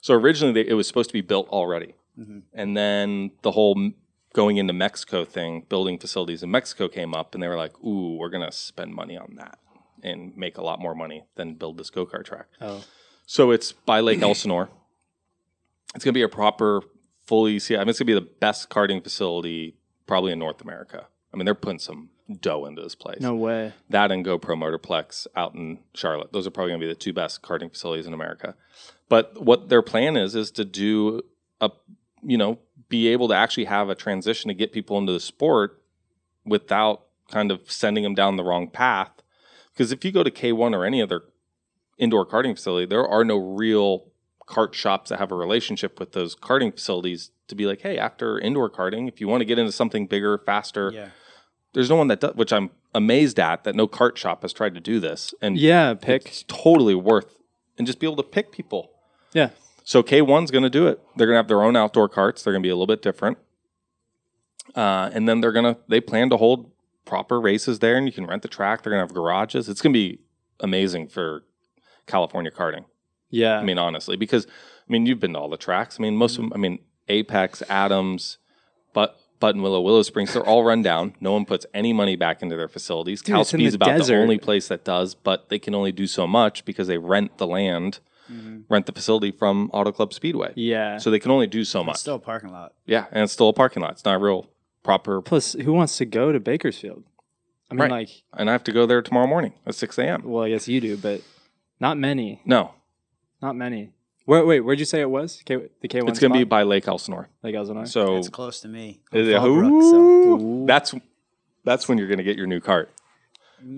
So originally they, it was supposed to be built already. Mhm. And then the whole m- going into Mexico thing, building facilities in Mexico came up, and they were like, ooh, we're going to spend money on that and make a lot more money than build this go kart track. Oh. So it's by Lake Elsinore. It's going to be a proper, fully, see, I mean, it's going to be the best karting facility probably in North America. I mean, they're putting some dough into this place No way. that and GoPro Motorplex out in Charlotte. Those are probably going to be the two best karting facilities in America. But what their plan is is to do a you know be able to actually have a transition to get people into the sport without kind of sending them down the wrong path. Because if you go to K1 or any other indoor karting facility, there are no real kart shops that have a relationship with those karting facilities to be like, hey, after indoor karting, if you want to get into something bigger, faster, Yeah. there's no one that does, which I'm amazed at that no cart shop has tried to do this, and Yeah. Pick. it's totally worth, and just be able to pick people. Yeah. So K1's going to do it. They're going to have their own outdoor carts. They're going to be a little bit different, uh, and then they're going to they plan to hold proper races there, and you can rent the track. They're going to have garages. It's going to be amazing for California karting. Yeah. I mean, honestly, because I mean, you've been to all the tracks. I mean, most Mm-hmm. of them. I mean, Apex, Adams, but Button Willow, Willow Springs. They're all run down. No one puts any money back into their facilities. Dude, Cal it's in the Speed's about desert. the only place that does, but they can only do so much because they rent the land, Mhm. rent the facility from Auto Club Speedway. Mm-hmm. yeah. So they can only do so much. It's still a parking lot. yeah, and it's still a parking lot. It's not a real proper. Plus, who wants to go to Bakersfield? I mean, Right. like, and I have to go there tomorrow morning at six a.m. well, I guess you do, but not many. No, Not many. Wait, wait, where'd you say it was? K, the K one. it's going to be by Lake Elsinore. like Elsinore. So It's close to me. Is it- Fallbrook, Ooh. that's that's when you're going to get your new cart.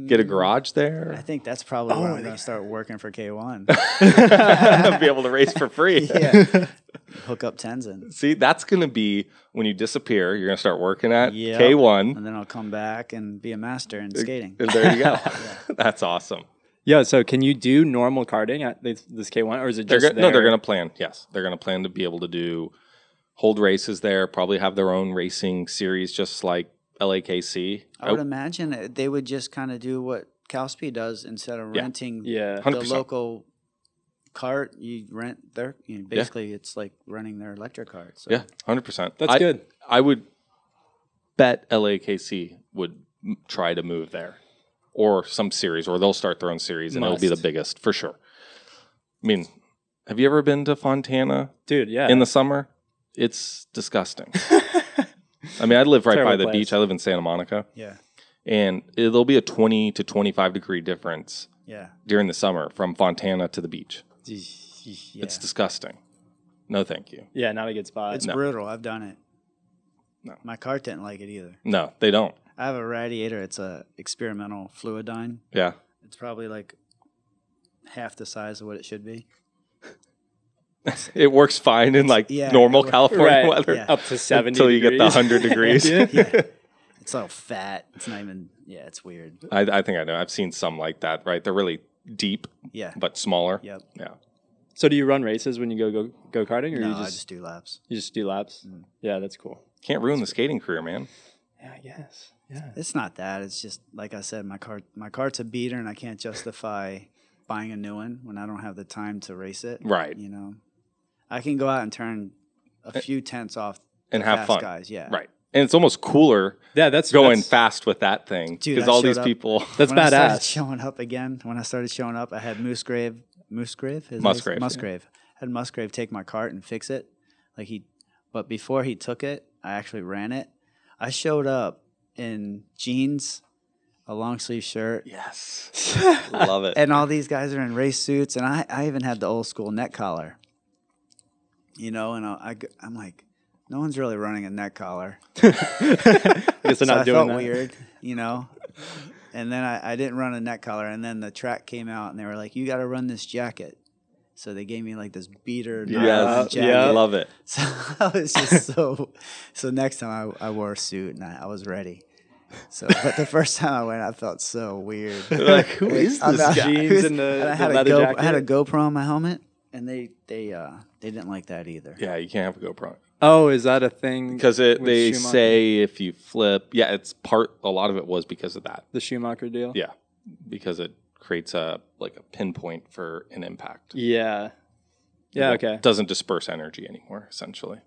Get a garage I there. (laughs) think that's probably when Oh, I'm yeah. gonna start working for K1. Be able to race for free. yeah, hook up Tenzin, See, that's going to be when you disappear. You're going to start working at Yep. K1. and then I'll come back and be a master in skating. And there you go. (laughs) That's awesome. yeah. So can you do normal karting at this, this K one, or is it They're just go- no, they're there? going to plan. Yes, they're going to plan to be able to do hold races there. Probably have their own racing series, just like LAKC. I would imagine it- they would just kind of do what Calspe does instead of Yeah. renting Yeah. Hun- the 100%. local cart. You rent their you know, basically it's like renting their electric cart. So yeah, hundred percent. That's good. I would bet LAKC would m- try to move there or some series, or they'll start their own series and it'll be the Must. biggest for sure. I mean, have you ever been to Fontana Dude, yeah. in the summer? It's (laughs) disgusting. I mean, I live right by Terrible the place. beach. I live in Santa Monica, yeah, and it'll be a 20 to 25 degree difference yeah. during the summer from Fontana to the beach. It's disgusting. No, thank you. yeah, not a good spot. (laughs) It's no. brutal. I've done it. No. My cart didn't like it either. No, they don't. I have a radiator. It's a experimental fluidine. Yeah. It's probably like half the size of what it should be. It works fine in like Yeah, normal it works. California Right, (laughs) weather. yeah. Up to seventy until you get the degrees. (laughs) 100 degrees. Yeah. Yeah. it's all fat. It's not even. Yeah, it's weird. I, I think I know. I've seen some like that, right? They're really deep Yeah. but smaller. Yep. Yeah. (laughs) So do you run races when you go go go karting, or No, you I just, just do laps. you just do laps? Yeah, that's cool. Can't ruin the skating career, man. Yeah, I guess. Yeah. It's not that. It's just like I said, my cart, my cart's a beater, and I can't justify buying a new one when I don't have the time to race it. Right. You know, I can go out and turn a few tenths off And the have fast fun. guys. Yeah. Right. And it's almost cooler Yeah, that's going that's, fast with that thing Dude, because I all showed these up- (laughs) people. That's when I started badass. showing up again, when I started showing up, I had Moosegrave, Moosegrave, His name is- Musgrave, yeah. Musgrave. Had Musgrave take my cart and fix it. Like he, but before he took it, I actually ran it. I showed up in jeans, a long sleeve shirt, (laughs) Yes. Love it. and all these guys are in race suits, and I, I even had the old school neck collar. You know, and I, I g- I'm like, no one's really running a neck collar. I guess they're So not I doing felt that. (laughs) weird, you know. And then I, I didn't run a neck collar, and then the track came out, and they were like, "You got to run this jacket." So they gave me like this beater nylon Yes. jacket. yeah. Love it. (laughs) So (laughs) I was just so. So next time I, I wore a suit and I, I was ready. So, but the first (laughs) time I went, I felt so weird. Like, who is I'm this (laughs) out- (laughs) guy? Jeans and the- I the had a leather Go- jacket. I had a GoPro on my helmet, and they they uh they didn't like that either. Yeah, you can't have a GoPro. Oh, is that a thing? Because it, with they Schumacher? say if you flip, yeah, it's part, a lot of it was because of that. the Schumacher deal. Yeah. Because it creates a, like a pinpoint for an impact. Yeah. Yeah. Okay. Doesn't disperse energy anymore, essentially.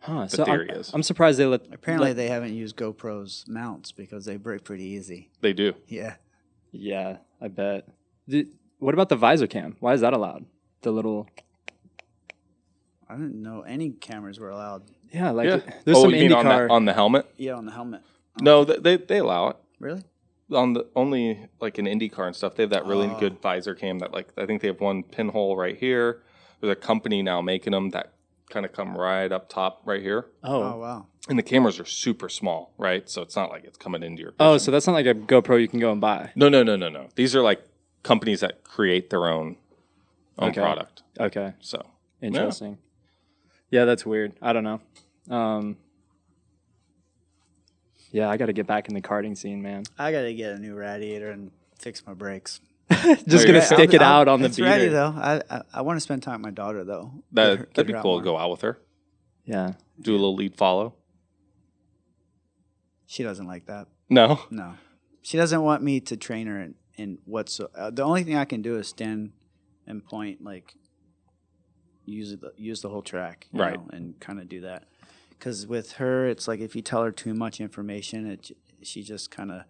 Huh. the so I'm, theory is. I'm surprised they let. Apparently, let- they haven't used GoPros mounts because they break pretty easy. (laughs) They do. Yeah. yeah, I bet. Did, what about the visor cam? Why is that allowed? The little. I didn't know any cameras were allowed. Yeah, like yeah. there's oh, some you mean on IndyCar. the, on the helmet? Yeah, on the helmet. No, th- they they allow it Really? on the only like in IndyCar and stuff. They have that really Ah. Oh. good visor cam that like I think they have one pinhole right here. There's a company now making them that kind of come right up top right here, oh. Oh oh. wow. and the cameras are super small, right? So it's not like it's coming into your. vision. Oh, so that's not like a GoPro you can go and buy. no, no, no, no, no. These are like companies that create their own own Okay. product. Okay. So Interesting. Yeah, that's weird. I don't know. Um, yeah, I got to get back in the karting scene, man. I gotta get a new radiator and fix my brakes. Just you gonna go. stick it I'll- out on the it's ready beater. though. I I, I want to spend time with my daughter though. Get her- that get that'd be her out cool. more. Go out with her, Yeah. do a little lead follow. She doesn't like that. No, No, she doesn't want me to train her in, in what's. Uh, the only thing I can do is stand and point, like use the use the whole track, you Right. know, and kind of do that. Because with her, it's like if you tell her too much information, it j- she just kind of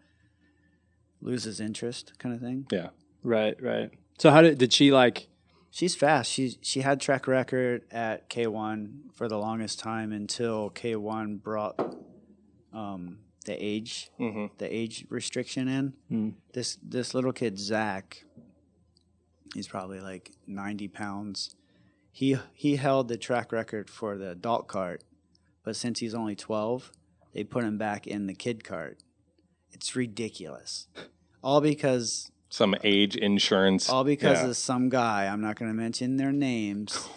loses interest, kind of thing. (laughs) yeah, Right. Right. So how did did she like? She's fast. She she had track record at K one for the longest time until K one brought um, the age hmm the age restriction in. Hmm. This this little kid Zach, he's probably like ninety pounds. He he held the track record for the adult cart, but since he's only twelve, they put him back in the kid cart. It's ridiculous, all because Some age insurance. all because yeah. of some guy. I'm not going to mention their names.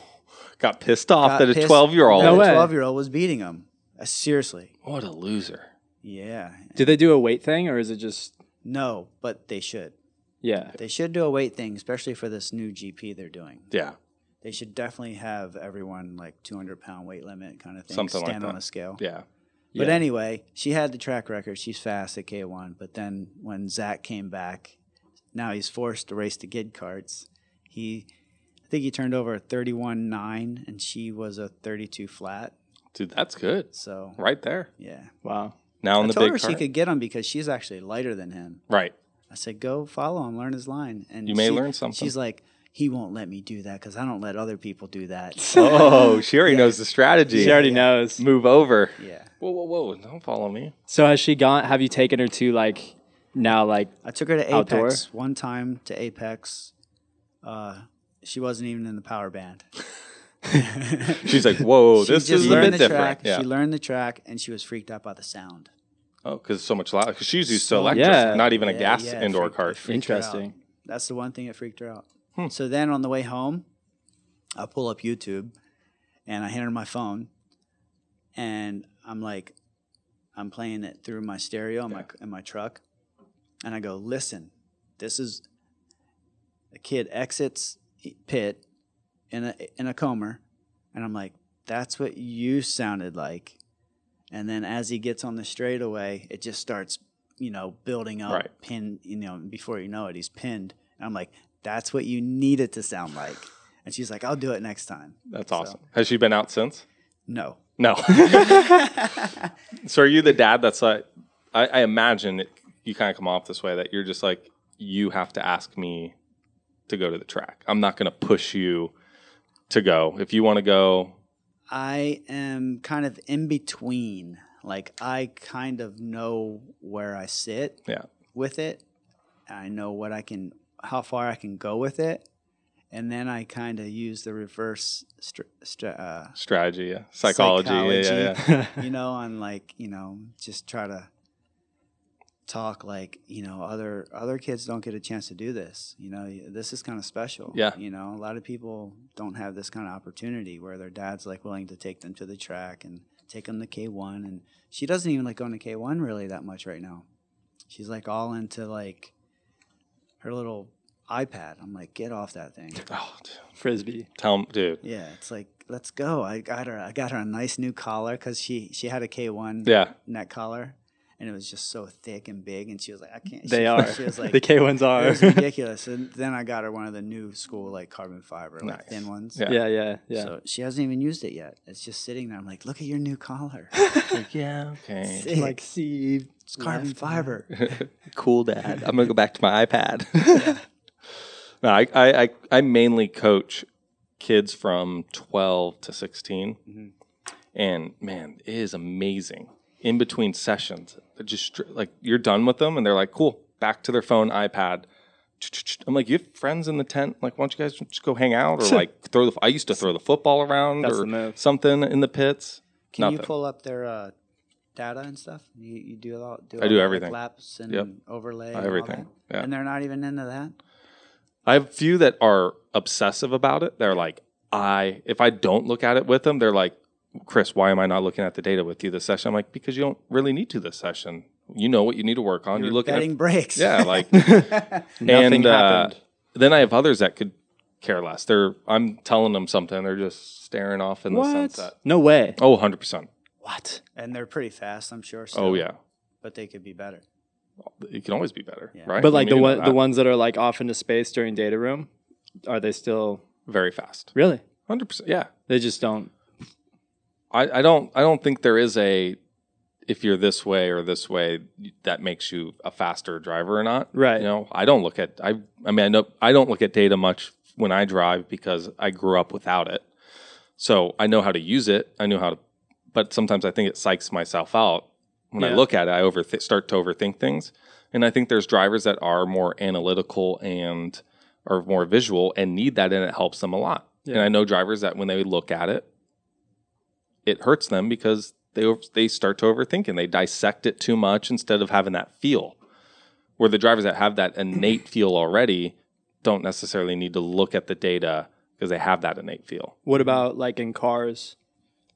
got pissed off got that a pissed- twelve year old. that No way. a twelve year old was beating him. Uh, seriously, What a loser. yeah, Do they do a weight thing or is it just no, but they should. yeah? They should do a weight thing, especially for this new GP they're doing. Yeah. They should definitely have everyone like 200 pound weight limit kind of thing. Something like stand on that. a scale. Yeah. But Yeah. anyway, she had the track record. She's fast at K1. But then when Zach came back, now he's forced to race the Gid carts. He, I think he turned over a 31.9 and she was a 32 flat. Dude, that's good. So, Right there. yeah. Wow. Now I in the told big her she cart. could get him because she's actually lighter than him. Right. I said, go follow him, learn his line. And You may she- learn something. She's like, he won't let me do that because I don't let other people (laughs) do that. oh, she already knows the strategy. She already knows. move over. yeah. Whoa, whoa, whoa! Don't follow me. So has she gone? Have you taken her to like now? Like (laughs) I took her to Apex Outdoor? one time to Apex. Uh, she wasn't even in the power band. She's like, whoa, (laughs) She this is just a bit learned the different. Track. Yeah. She learned the track and she was freaked out by the sound. oh, because it's so much loud. Because she's used to So- electric, Yeah. not even a Yeah, gas yeah, it indoor freaked- it cart. freaked her out. Interesting. That's the one thing that freaked her out. Hmm. So then on the way home, I pull up YouTube and I hand her my phone and I'm like, I'm playing it through my stereo in, my, in my truck. And I go, listen, this is a kid exits e, pit in a, in a comber. And I'm like, that's what you sounded like. And then as he gets on the straightaway, it just starts, you know, building up, Right. pin, you know, and before you know it, he's pinned. And I'm like, that's what you need it to sound like. And she's like, I'll do it next time. That's So- awesome. Has she been out since? No. (laughs) No. so are you the dad that's like? I, I imagine it, you kind of come off this way that you're just like you have to ask me to go to the track. I'm not going to push you to go. If you want to go, I am kind of in between. Like I kind of know where I sit Yeah. with it. I know what I can, how far I can go with it, and then I kind of use the reverse, str- str- uh, strategy, yeah. psychology, Yeah, yeah, yeah. you know, on like you know, just try to talk like you know other other kids don't get a chance to do this. You know, this is kind of special. Yeah. You know, a lot of people don't have this kind of opportunity where their dad's like willing to take them to the track and take them to K one, and she doesn't even like going to K one really that much right now. She's like all into like her little iPad. I'm like, get off that thing. Oh, dude. frisbee. tell 'em- dude. Yeah, it's like let's go. I got her. I got her a nice new collar because she she had a K one Yeah. neck collar, and it was just so thick and big. And she was like, I can't. They (laughs) she, are. She was like, the K ones it are. (laughs) was ridiculous. And then I got her one of the new school like carbon fiber, Nice. like thin ones. (laughs) Yeah. yeah, yeah, yeah. So she hasn't even used it yet. It's just sitting there. I'm like, look at your (laughs) new collar. Like, yeah, okay. Sick. like see, it's (laughs) carbon fiber. cool dad. I'm gonna go back to my iPad. (laughs) no, I, I I I mainly coach kids from 12 to 16, Mm-hmm. Mhm. and man, it is amazing. In between sessions, they're just str- like you're done with them, and they're like, cool, back to their phone, iPad. I'm like, you have friends in the tent. Like, why don't you guys just go hang out (laughs) or like throw the? I used to throw the football around That's or the move. something in the pits. Can Nothing. you pull up their uh, data and stuff? You, you do a lot. Do I all do the, like, everything. laps and Yep. overlay. and all Everything. that? Yeah. And they're not even into that. I have few that are obsessive about it. They're like, I if I don't look at it with them, they're like, Chris, why am I not looking at the data with you this session? I'm like, because you don't really need to this session. You know what you need to work on. You're, looking Betting at breaks. yeah, (laughs) like Nothing uh, happened. then I have others that could care less. They're I'm telling them something, they're just staring off in the sunset. What? No way. Oh, 100 percent. What? and they're pretty fast, I'm sure. Still, Oh yeah, but they could be better. it can always be better, Yeah. right? I But like the mean, one, uh, the ones that are like off into space during data room, are they still very fast, really? 100 percent. Yeah, They just don't. I, I don't I don't think there is a if you're this way or this way that makes you a faster driver or not. Right. You know, I don't look at I I mean I know I don't look at data much when I drive because I grew up without it. So I know how to use it. I know how to but sometimes I think it psychs myself out when I Yeah. look at it, I overth- start to overthink things. And I think there's drivers that are more analytical and are more visual and need that, and it helps them a lot. Yeah. And I know drivers that when they look at it, it hurts them because they over- they start to overthink and they dissect it too much instead of having that feel. Where the drivers that have that innate feel already don't necessarily need to look at the data because they have that innate feel. Mm-hmm. What about like in cars?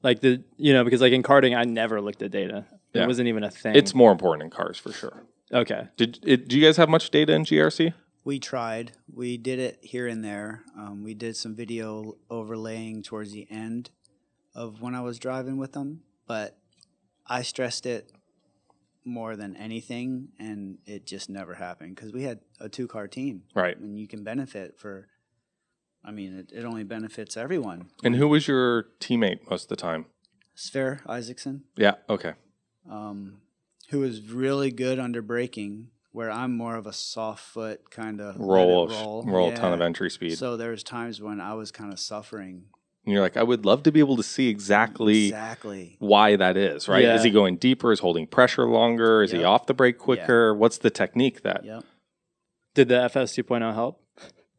Like the you know because like in karting I never looked at data. Yeah. It wasn't even a thing. It's more important in cars for sure. okay. Did it, do you guys have much data in GRC? We tried. We did it here and there. Um, we did some video overlaying towards the end of when I was driving with them, but I stressed it more than anything, and it just never happened because we had a two car team, Right. and you can benefit for. I mean, it, it only benefits everyone. And who was your teammate most of the time? Sphere Isaacson, Yeah. Okay. um, who is really good under braking, where I'm more of a soft foot kind of Roll a- roll, roll a ton of Yeah. entry speed. So there's times when I was kind of suffering. and you're like, I would love to be able to see exactly Exactly. why that is. Right? Is Yeah. he going deeper? Is holding pressure longer? Is he Yep. off the brake quicker? What's the technique that? Yep. Did the FS 2.0 help?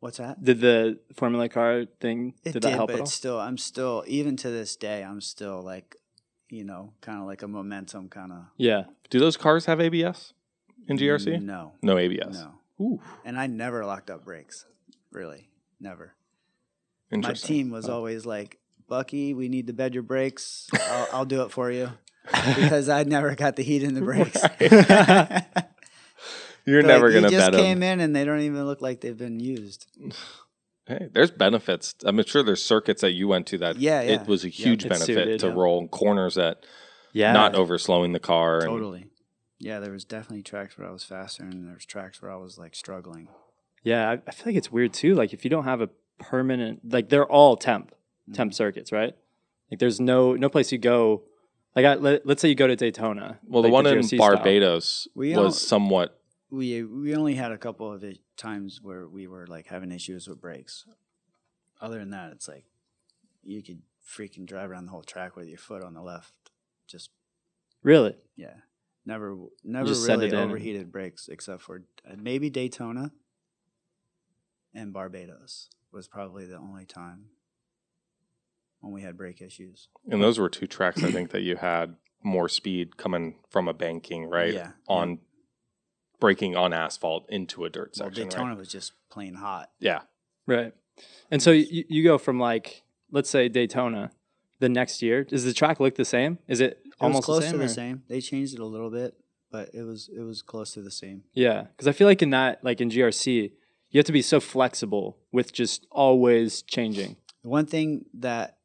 What's that? Did the Formula car thing did It did, that help but at all? it's still, I'm still, even to this day, I'm still like, you know, kind of like a momentum kind of. Yeah. Do those cars have ABS in GRC? No. No ABS. No. Ooh, And I never locked up brakes, really, never. My interesting. (laughs) team was Oh. always like, Bucky, we need to bed your brakes. I'll, I'll do it for you because I never got the heat in (laughs) the brakes. (laughs) Right. You're Like, never you gonna just bet him. came in and they don't even look like they've been used. Hey, there's benefits. I'm sure there's circuits that you went to that Yeah, yeah. it was a huge It's benefit suited, to yeah. roll corners at Yeah. not over slowing the car. And, Totally. Yeah, there was definitely tracks where I was faster, and there was tracks where I was like struggling. Yeah, I, I feel like it's weird too. Like if you don't have a permanent, like they're all temp Mm-hmm. temp circuits, right? Like there's no no place you go. Like I, let, let's say you go to Daytona. Well, the like one in GRC style. Barbados We don't- was somewhat We we only had a couple of i- times where we were like having issues with brakes. Other than that, it's like you could freaking drive around the whole track with your foot on the left. Just Really? yeah, never never just send really it in and- overheated brakes except for uh, maybe Daytona and Barbados was probably the only time when we had brake issues. And those were two tracks I think that you had more speed coming from a banking, right? Yeah. On breaking on asphalt into a dirt Well, section. right? Daytona was just plain hot. Yeah. Right. And so you, you go from like let's say Daytona, the next year. Does the track look the same? Is it, It almost was close the same? to or- the same. They changed it a little bit, but it was it was close to the same. Yeah, because I feel like in that, like in GRC, you have to be so flexible with just always changing. The one thing that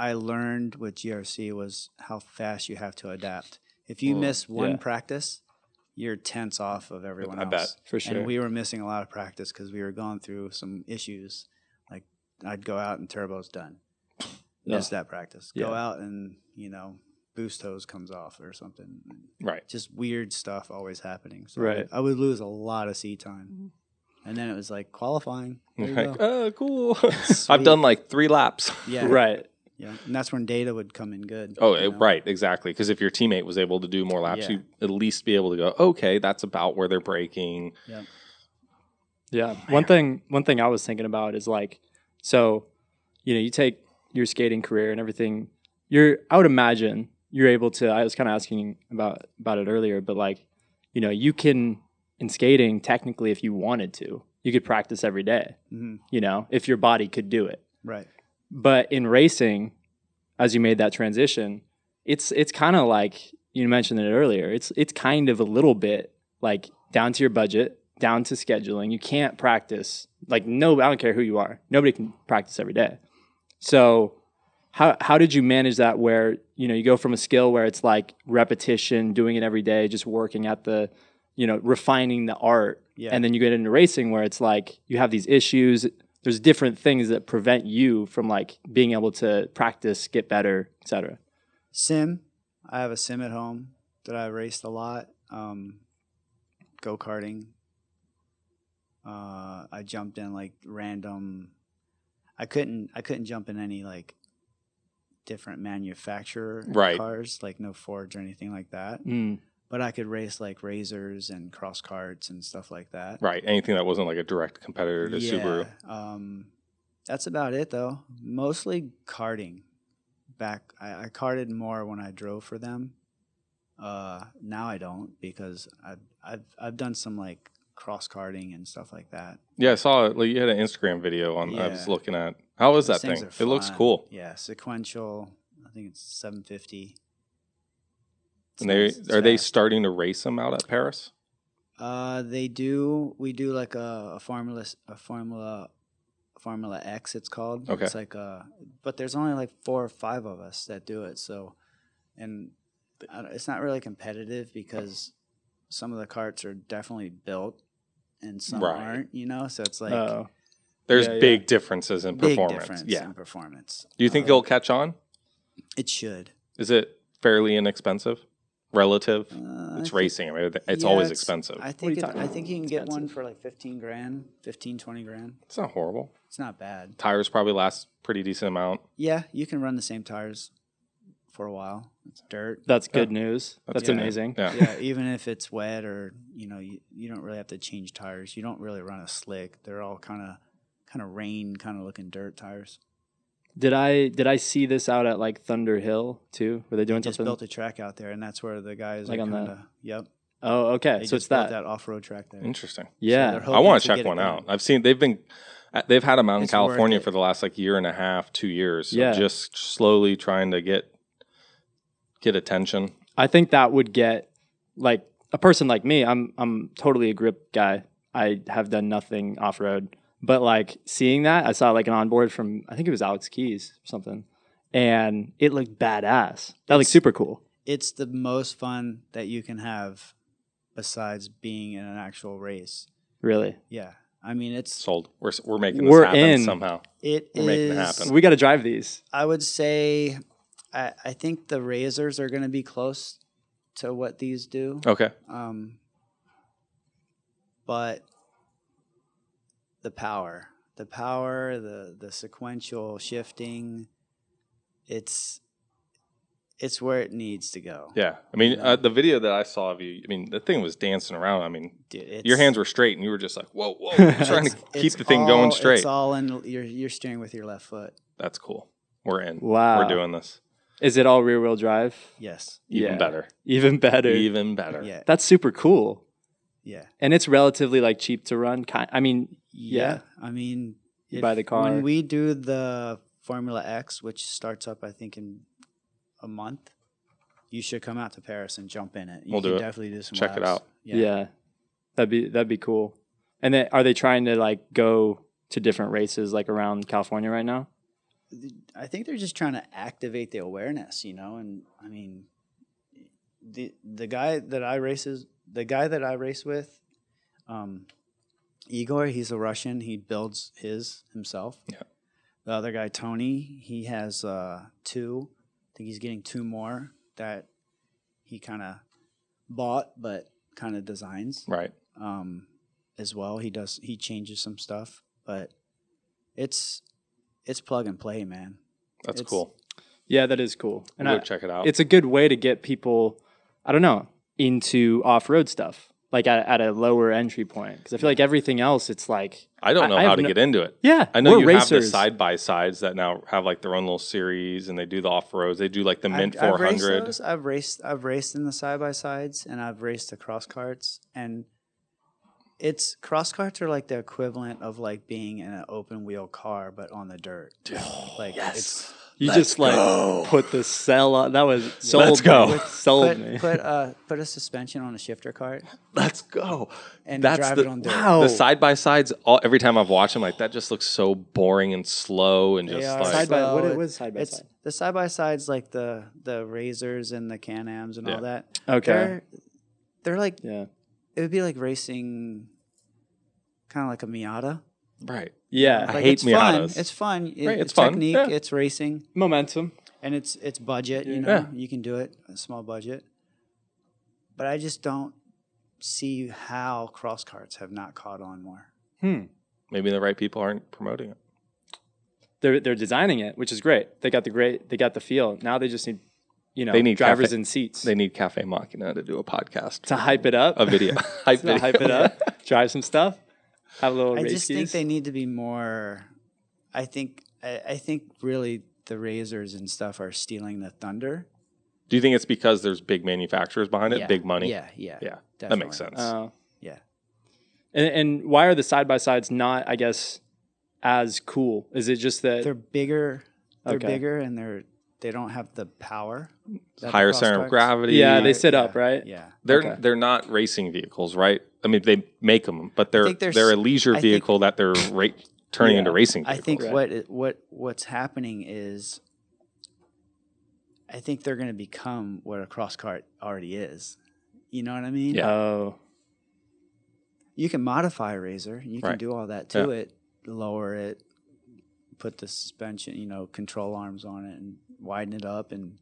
I learned with GRC was how fast you have to adapt. If you Mm, miss one yeah. practice, you're tense off of everyone I else. bet. For sure. And we were missing a lot of practice because we were going through some issues. Like I'd go out and turbo's done. Miss that practice. Go Yeah. out and you know boost hose comes off or something. Right. just weird stuff always happening. So Right. I would lose a lot of seat time. And then it was like qualifying. There you Like, go. oh, cool. (laughs) I've Sweet. done like three laps. (laughs) Yeah. Right. Yeah. And that's when data would come in good. Oh, you it- know? right, exactly. Because if your teammate was able to do more laps, Yeah. you'd at least be able to go, okay, that's about where they're breaking. Yeah. One thing one thing I was thinking about is like so, you know, you take your skating career and everything, you're I would imagine you're able to I was kind of asking about about it earlier, but like, you know, you can in skating technically if you wanted to, you could practice every day, Mhm. you know, if your body could do it. Right. But in racing, as you made that transition, it's it's kind of like you mentioned it earlier. It's it's kind of a little bit like down to your budget, down to scheduling. You can't practice like no. I don't care who you are. Nobody can practice every day. So how how did you manage that? Where you know you go from a skill where it's like repetition, doing it every day, just working at the you know refining the art Yeah. and then you get into racing where it's like you have these issues there's different things that prevent you from like being able to practice get better etc sim. I have a sim at home that I raced a lot. Um, Go karting. Uh, I jumped in like random. I couldn't. I couldn't jump in any like different manufacturer Right. cars, like no Fords or anything like that. Hmm. Mm. But I could race like Razors and cross carts and stuff like that. Right. Anything that wasn't like a direct competitor to Subaru. Um, that's about it though. Mostly karting. Back, I, I karted more when I drove for them. Uh, now I don't because I've I've I've done some like cross karting and stuff like that. Yeah, I saw it. Like, you had an Instagram video on. I was Yeah. looking at. How is Those that thing? things It are looks fun. cool. Yeah, sequential. I think it's 750. It's And they nice, it's are they fast. starting to race them out at Paris? Uh, they do. We do like a, a formula, a formula, Formula X. It's called. Okay. It's like a, but there's only like four or five of us that do it. So, and I don't- it's not really competitive because some of the carts are definitely built and some Right. aren't. You know, so it's like Oh. There's Yeah, yeah. big differences in big performance. difference Yeah. in performance. Do you think Uh, it'll catch on? It should. Is it fairly inexpensive? Relative? Uh, I it's think- racing. I mean, it's yeah, always it's- expensive. I think you it, talking I about? think you can get one Expensive. for like 15 grand, 15, 20 grand. it's not horrible. It's not bad. Tires probably last pretty decent amount. Yeah, you can run the same tires for a while. It's dirt. That's good news. That's That's good. amazing. Yeah. yeah, even if it's wet or you know you, you don't really have to change tires. You don't really run a slick. They're all kind of kind of rain kind of looking dirt tires. Did I did I see this out at like Thunder Hill too? Were they doing Just something? built a track out there, and that's where the guys Like are on the- kind of. Yep. oh, okay. They so it's just that. built that off road track there. Interesting. Yeah. they're I hoping want to to check get it one done. out. I've seen they've been uh, they've had them out in It's worth California it. for the last like year and a half, two years. of Yeah. just slowly trying to get get attention. I think that would get like a person like me. I'm I'm totally a grip guy. I have done nothing off road, but like seeing that, I saw like an onboard from I think it was Alex Keys or something, and it looked badass. That looked It's- super cool. It's the most fun that you can have, besides being in an actual race. Really, Yeah, I mean it's Sold. We're s- we're making this We're happen in. somehow. it We're making it is- happen. we got to drive these. I would say, I, I think the razors are going to be close to what these do. Okay. Um, but the power, the power, the the sequential shifting, it's it's where it needs to go. Yeah. I mean, Yeah. uh, the video that I saw of you, I mean, the thing was dancing around. I mean, Dude, it's- your hands were straight and you were just like, whoa, whoa, you're trying to (laughs) it's- keep it's the thing all- going straight. It's all in you're you're steering with your left foot. That's cool. We're in. Wow. We're doing this. Is it all rear wheel drive? Yes. Even Yeah. better. Even better. Even better. Yeah. That's super cool. Yeah. And it's relatively like cheap to run. Kind, I mean, yeah. I mean, You buy the car. When we do the Formula X, which starts up, I think, in a month, you should come out to Paris and jump in it. You We'll do could it. Definitely do some Check it laps. out. yeah, that'd be that'd be cool. And then, are they trying to like go to different races like around California right now? I think they're just trying to activate the awareness, you know. And I mean, the the guy that I races, the guy that I race with, um, Igor, he's a Russian. He builds his himself. Yeah. The other guy, Tony, he has uh, two. I think he's getting two more that he kind of bought, but kind of designs Right. um, as well. He does he changes some stuff, but it's it's plug and play, man. That's It's- cool. Yeah, that is cool. And we'll I, go check it out. it's a good way to get people, I don't know, into off road stuff like at, at a lower entry point. Because I feel like everything else, it's like I don't know I- I how have to no- get into it. yeah, I know we're you have the racers. side by sides that now have like their own little series, and they do the off roads. They do like the Mint I've, four I've raced hundred. those. I've raced I've raced in the side by sides and I've raced the cross carts and it's cross carts are like the equivalent of like being in an open wheel car but on (sighs) the dirt. Oh, Like it's You just like put the cell on. That was sold. (laughs) Let's go. me. (laughs) Sold me. put put a uh, put a suspension on a shifter cart Let's go. and That's drive the, it on dirt. Wow. The side by sides. All every time I've watched them, like that just looks so boring and slow, and They just are like Side by- what slow. it was side by it's, side. The side by sides like the the razors and the can ams and Yeah. all that. Okay. They're, they're like yeah. it would be like racing kind of like a Miata. right. Yeah. I Like, hate it's fun. Miatas. It's fun. It- Right, it's it's fun. technique, Yeah. it's racing, Momentum. and it's it's budget, you know. Yeah. You can do it, a small budget. But I just don't see how cross carts have not caught on more. Hmm. Maybe the right people aren't promoting it. they're they're designing it, which is great. They got the great, they got the feel. Now they just need, you know, They need drivers cafe- in seats They need Cafe Machina to do a (laughs) podcast, to hype it up, a (laughs) video, hype, to video. hype it (laughs) up, drive some stuff, have a little. I race just think skis. they need to be more. I think I, I think really the razors and stuff are stealing the thunder. Do you think it's because there's big manufacturers behind it, Yeah, big money? Yeah, yeah, Yeah, Definitely. Uh, that makes sense. Oh. Yeah. And, and why are the side by sides not, I guess, as cool? Is it just that? They're bigger. They're Okay. bigger, and they're they don't have the power. Is that the Higher center crosstalks? of gravity. yeah, they sit up, Yeah. right? Yeah, They're Okay. they're not racing vehicles, right? I mean, they make them, but they're think they're, there's- a leisure I think- vehicle that they're ra- turning Yeah. into racing. I Vehicles. think Right. what it, what what's happening is, I think they're going to become what a cross cart already is. You know what I mean? Yeah. Oh, You can modify a razor. and You can Right. do all that to it, lower it, put the suspension, you know, control arms on it, and widen it up. And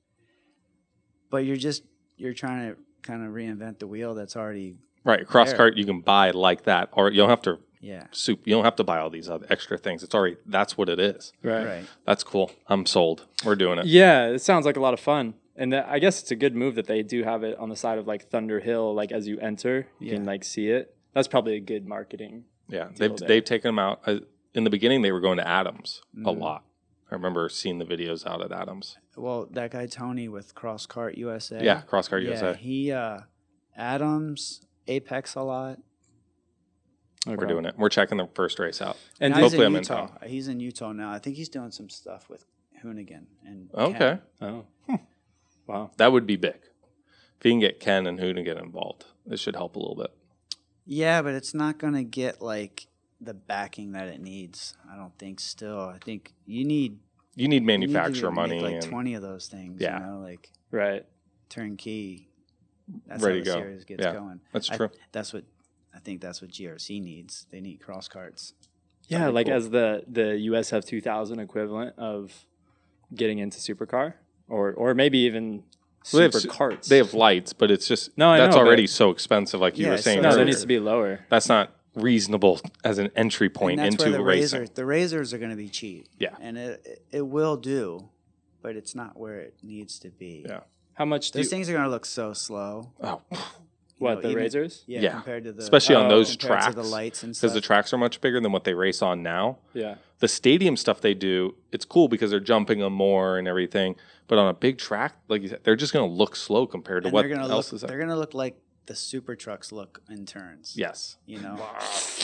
but you're just you're trying to kind of reinvent the wheel that's already right. Cross there. cart you can buy like that, or you don't have to yeah soup. You don't have to buy all these other extra things. It's already that's what it is. right. right. That's cool. I'm sold. We're doing it. Yeah, it sounds like a lot of fun. And that, I guess it's a good move that they do have it on the side of like Thunder Hill, like as you enter, you can Yeah. like see it. That's probably a good marketing. Yeah, deal they've there. they've taken them out. Uh, in the beginning, they were going to Adams a Mhm. lot. I remember seeing the videos out at Adams. Well, that guy Tony with Cross Cart USA. Yeah, Cross Cart USA. he uh, Adams Apex a lot. We're doing it. We're checking the first race out. And Now do- he's hopefully in I'm in Utah. He's in Utah now. I think he's doing some stuff with Hoonigan and Okay, Ken. oh, wow, that would be big. If you can get Ken and Hoonigan involved, it should help a little bit. Yeah, but it's not gonna get like the backing that it needs. I don't think. Still, I think you need You need you need to manufacturer make, money like and twenty of those things. Yeah. you know, like right. turnkey. That's Ready how to the go. series gets Yeah. going. that's I- true. That's what I think. That's what GRC needs. They need cross carts. Yeah, That'd be like cool. as the the USF 2000 equivalent of getting into supercar, or or maybe even Well, they have super s- carts. They have lights, but it's just No, I that's know, but- already so expensive. Like you Yeah, were it's saying, so no, earlier. there razor. needs to be lower. that's not reasonable as an entry point and that's into where the racing. razor- the razors are going to be cheap. Yeah. and it it- it will do, but it's not where it needs to be. Yeah. How much do Those you, things are going to look so slow. Oh, you what know, the even- razors? Yeah, Yeah. compared to the especially on Oh. those compared tracks to the lights and because stuff. the tracks are much bigger than what they race on now. Yeah, the stadium stuff they do, it's cool because they're jumping them more and everything. But on a big track, like you said, they're just going to look slow compared to And what they're gonna else look, is out. They're going to look like the super trucks look in turns. Yes, you know.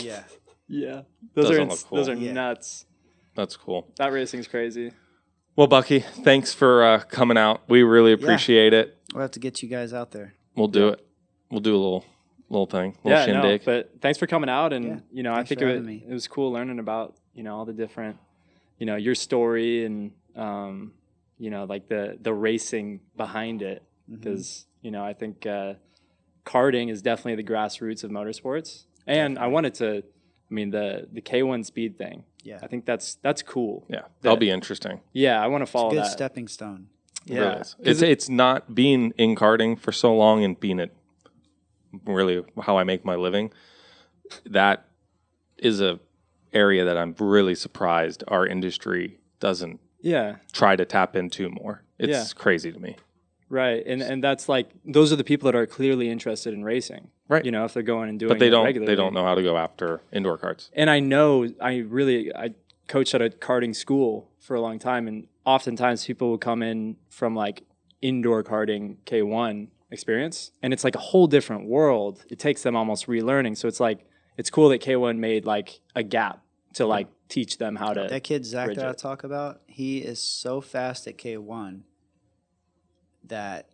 Yeah, yeah. Those Doesn't are ins- look cool. those are Yeah. nuts. that's cool. That racing's crazy. Well, Bucky, thanks for uh, coming out. We really appreciate it. we'll have to get you guys out there. We'll do it. We'll do a little little thing, little yeah, no, shindig. but thanks for coming out, and Yeah, you know, I thanks think for it was, having me. it was cool learning about you know all the different, you know, your story and um, you know, like the the racing behind it. Mhm. because you know I think uh, karting is definitely the grassroots of motorsports, and I wanted to, I mean the the K1 speed thing. yeah, I think that's that's cool. yeah, that'll that- be interesting. Yeah, I want to follow good that. stepping stone. It Yeah, really is. 'Cause It's it's not being in karting for so long and being it really how I make my living. That is a area that I'm really surprised our industry doesn't yeah, try to tap into more. It's crazy to me. right. And and that's like those are the people that are clearly interested in racing. Right. You know, if they're going and doing But they it don't regularly. they don't know how to go after indoor carts. and I know I really I coached at a karting school for a long time, and oftentimes people will come in from like indoor karting K one experience, and it's like a whole different world. It takes them almost relearning. So it's like it's cool that K one made like a gap to like teach them how to. That kid Zach that I Bridget. talk about, he is so fast at K one that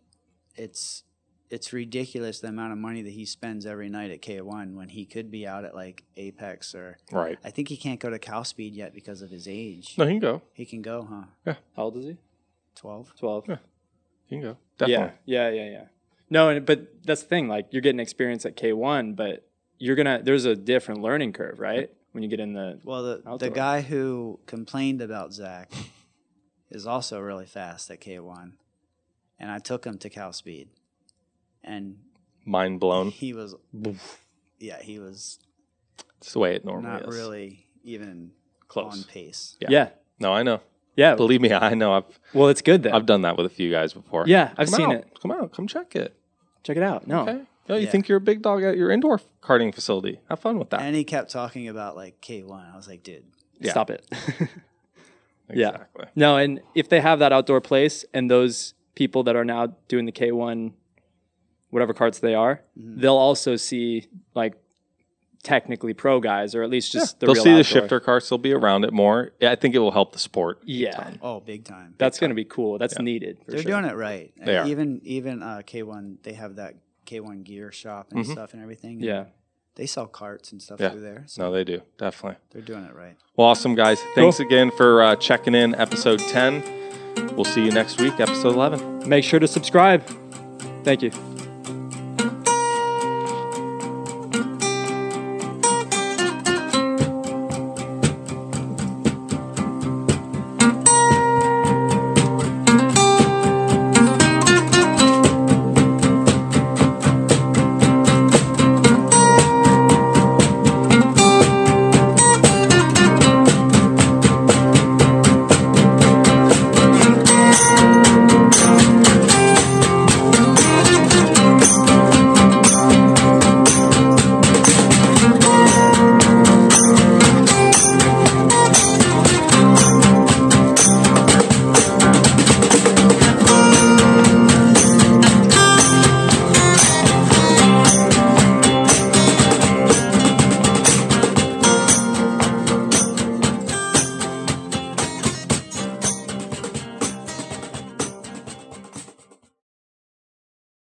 it's it's ridiculous the amount of money that he spends every night at K one when he could be out at like Apex or Right. I think he can't go to Cal Speed yet because of his age. No, he can go. He can go, huh? How old is he? Twelve. Twelve. Yeah, He can go. Definitely. Yeah, yeah, yeah, yeah. No, and, but that's the thing. Like you're getting experience at K one, but you're gonna there's a different learning curve, right? When you get in the Well, the Outdoor. the guy who complained about Zach is also really fast at K one, and I took him to Cal Speed, and Mind blown. he was, yeah, he was It's the way it normally not is. really even Close. on pace. Yeah. yeah No, I know. Yeah. Believe me, I know. I've Well, it's good then. I've done that with a few guys before. yeah, I've Come seen out. it. Come out. Come check it. Check it out. No. Okay. No, you Yeah. think you're a big dog at your indoor karting facility. Have fun with that. And he kept talking about like K1. I was like, dude, Yeah. Stop it. (laughs) yeah. exactly. No, and if they have that outdoor place and those people that are now doing the K1, whatever carts they are, Mm-hmm. they'll also see like technically pro guys or at least just the They'll real see the outdoor. shifter carts. They'll be around it more. Yeah, I think it will help the sport. Yeah. oh, big time. That's going to be cool. That's needed. for They're sure. doing it right. They And are. Even even uh, K1, they have that K1 gear shop and Mhm. stuff and everything. Yeah. They sell carts and stuff Yeah. through there. So No, they do definitely. they're doing it right. Well, awesome guys. Thanks again for uh, checking in episode ten. We'll see you next week, episode eleven. Make sure to subscribe. Thank you.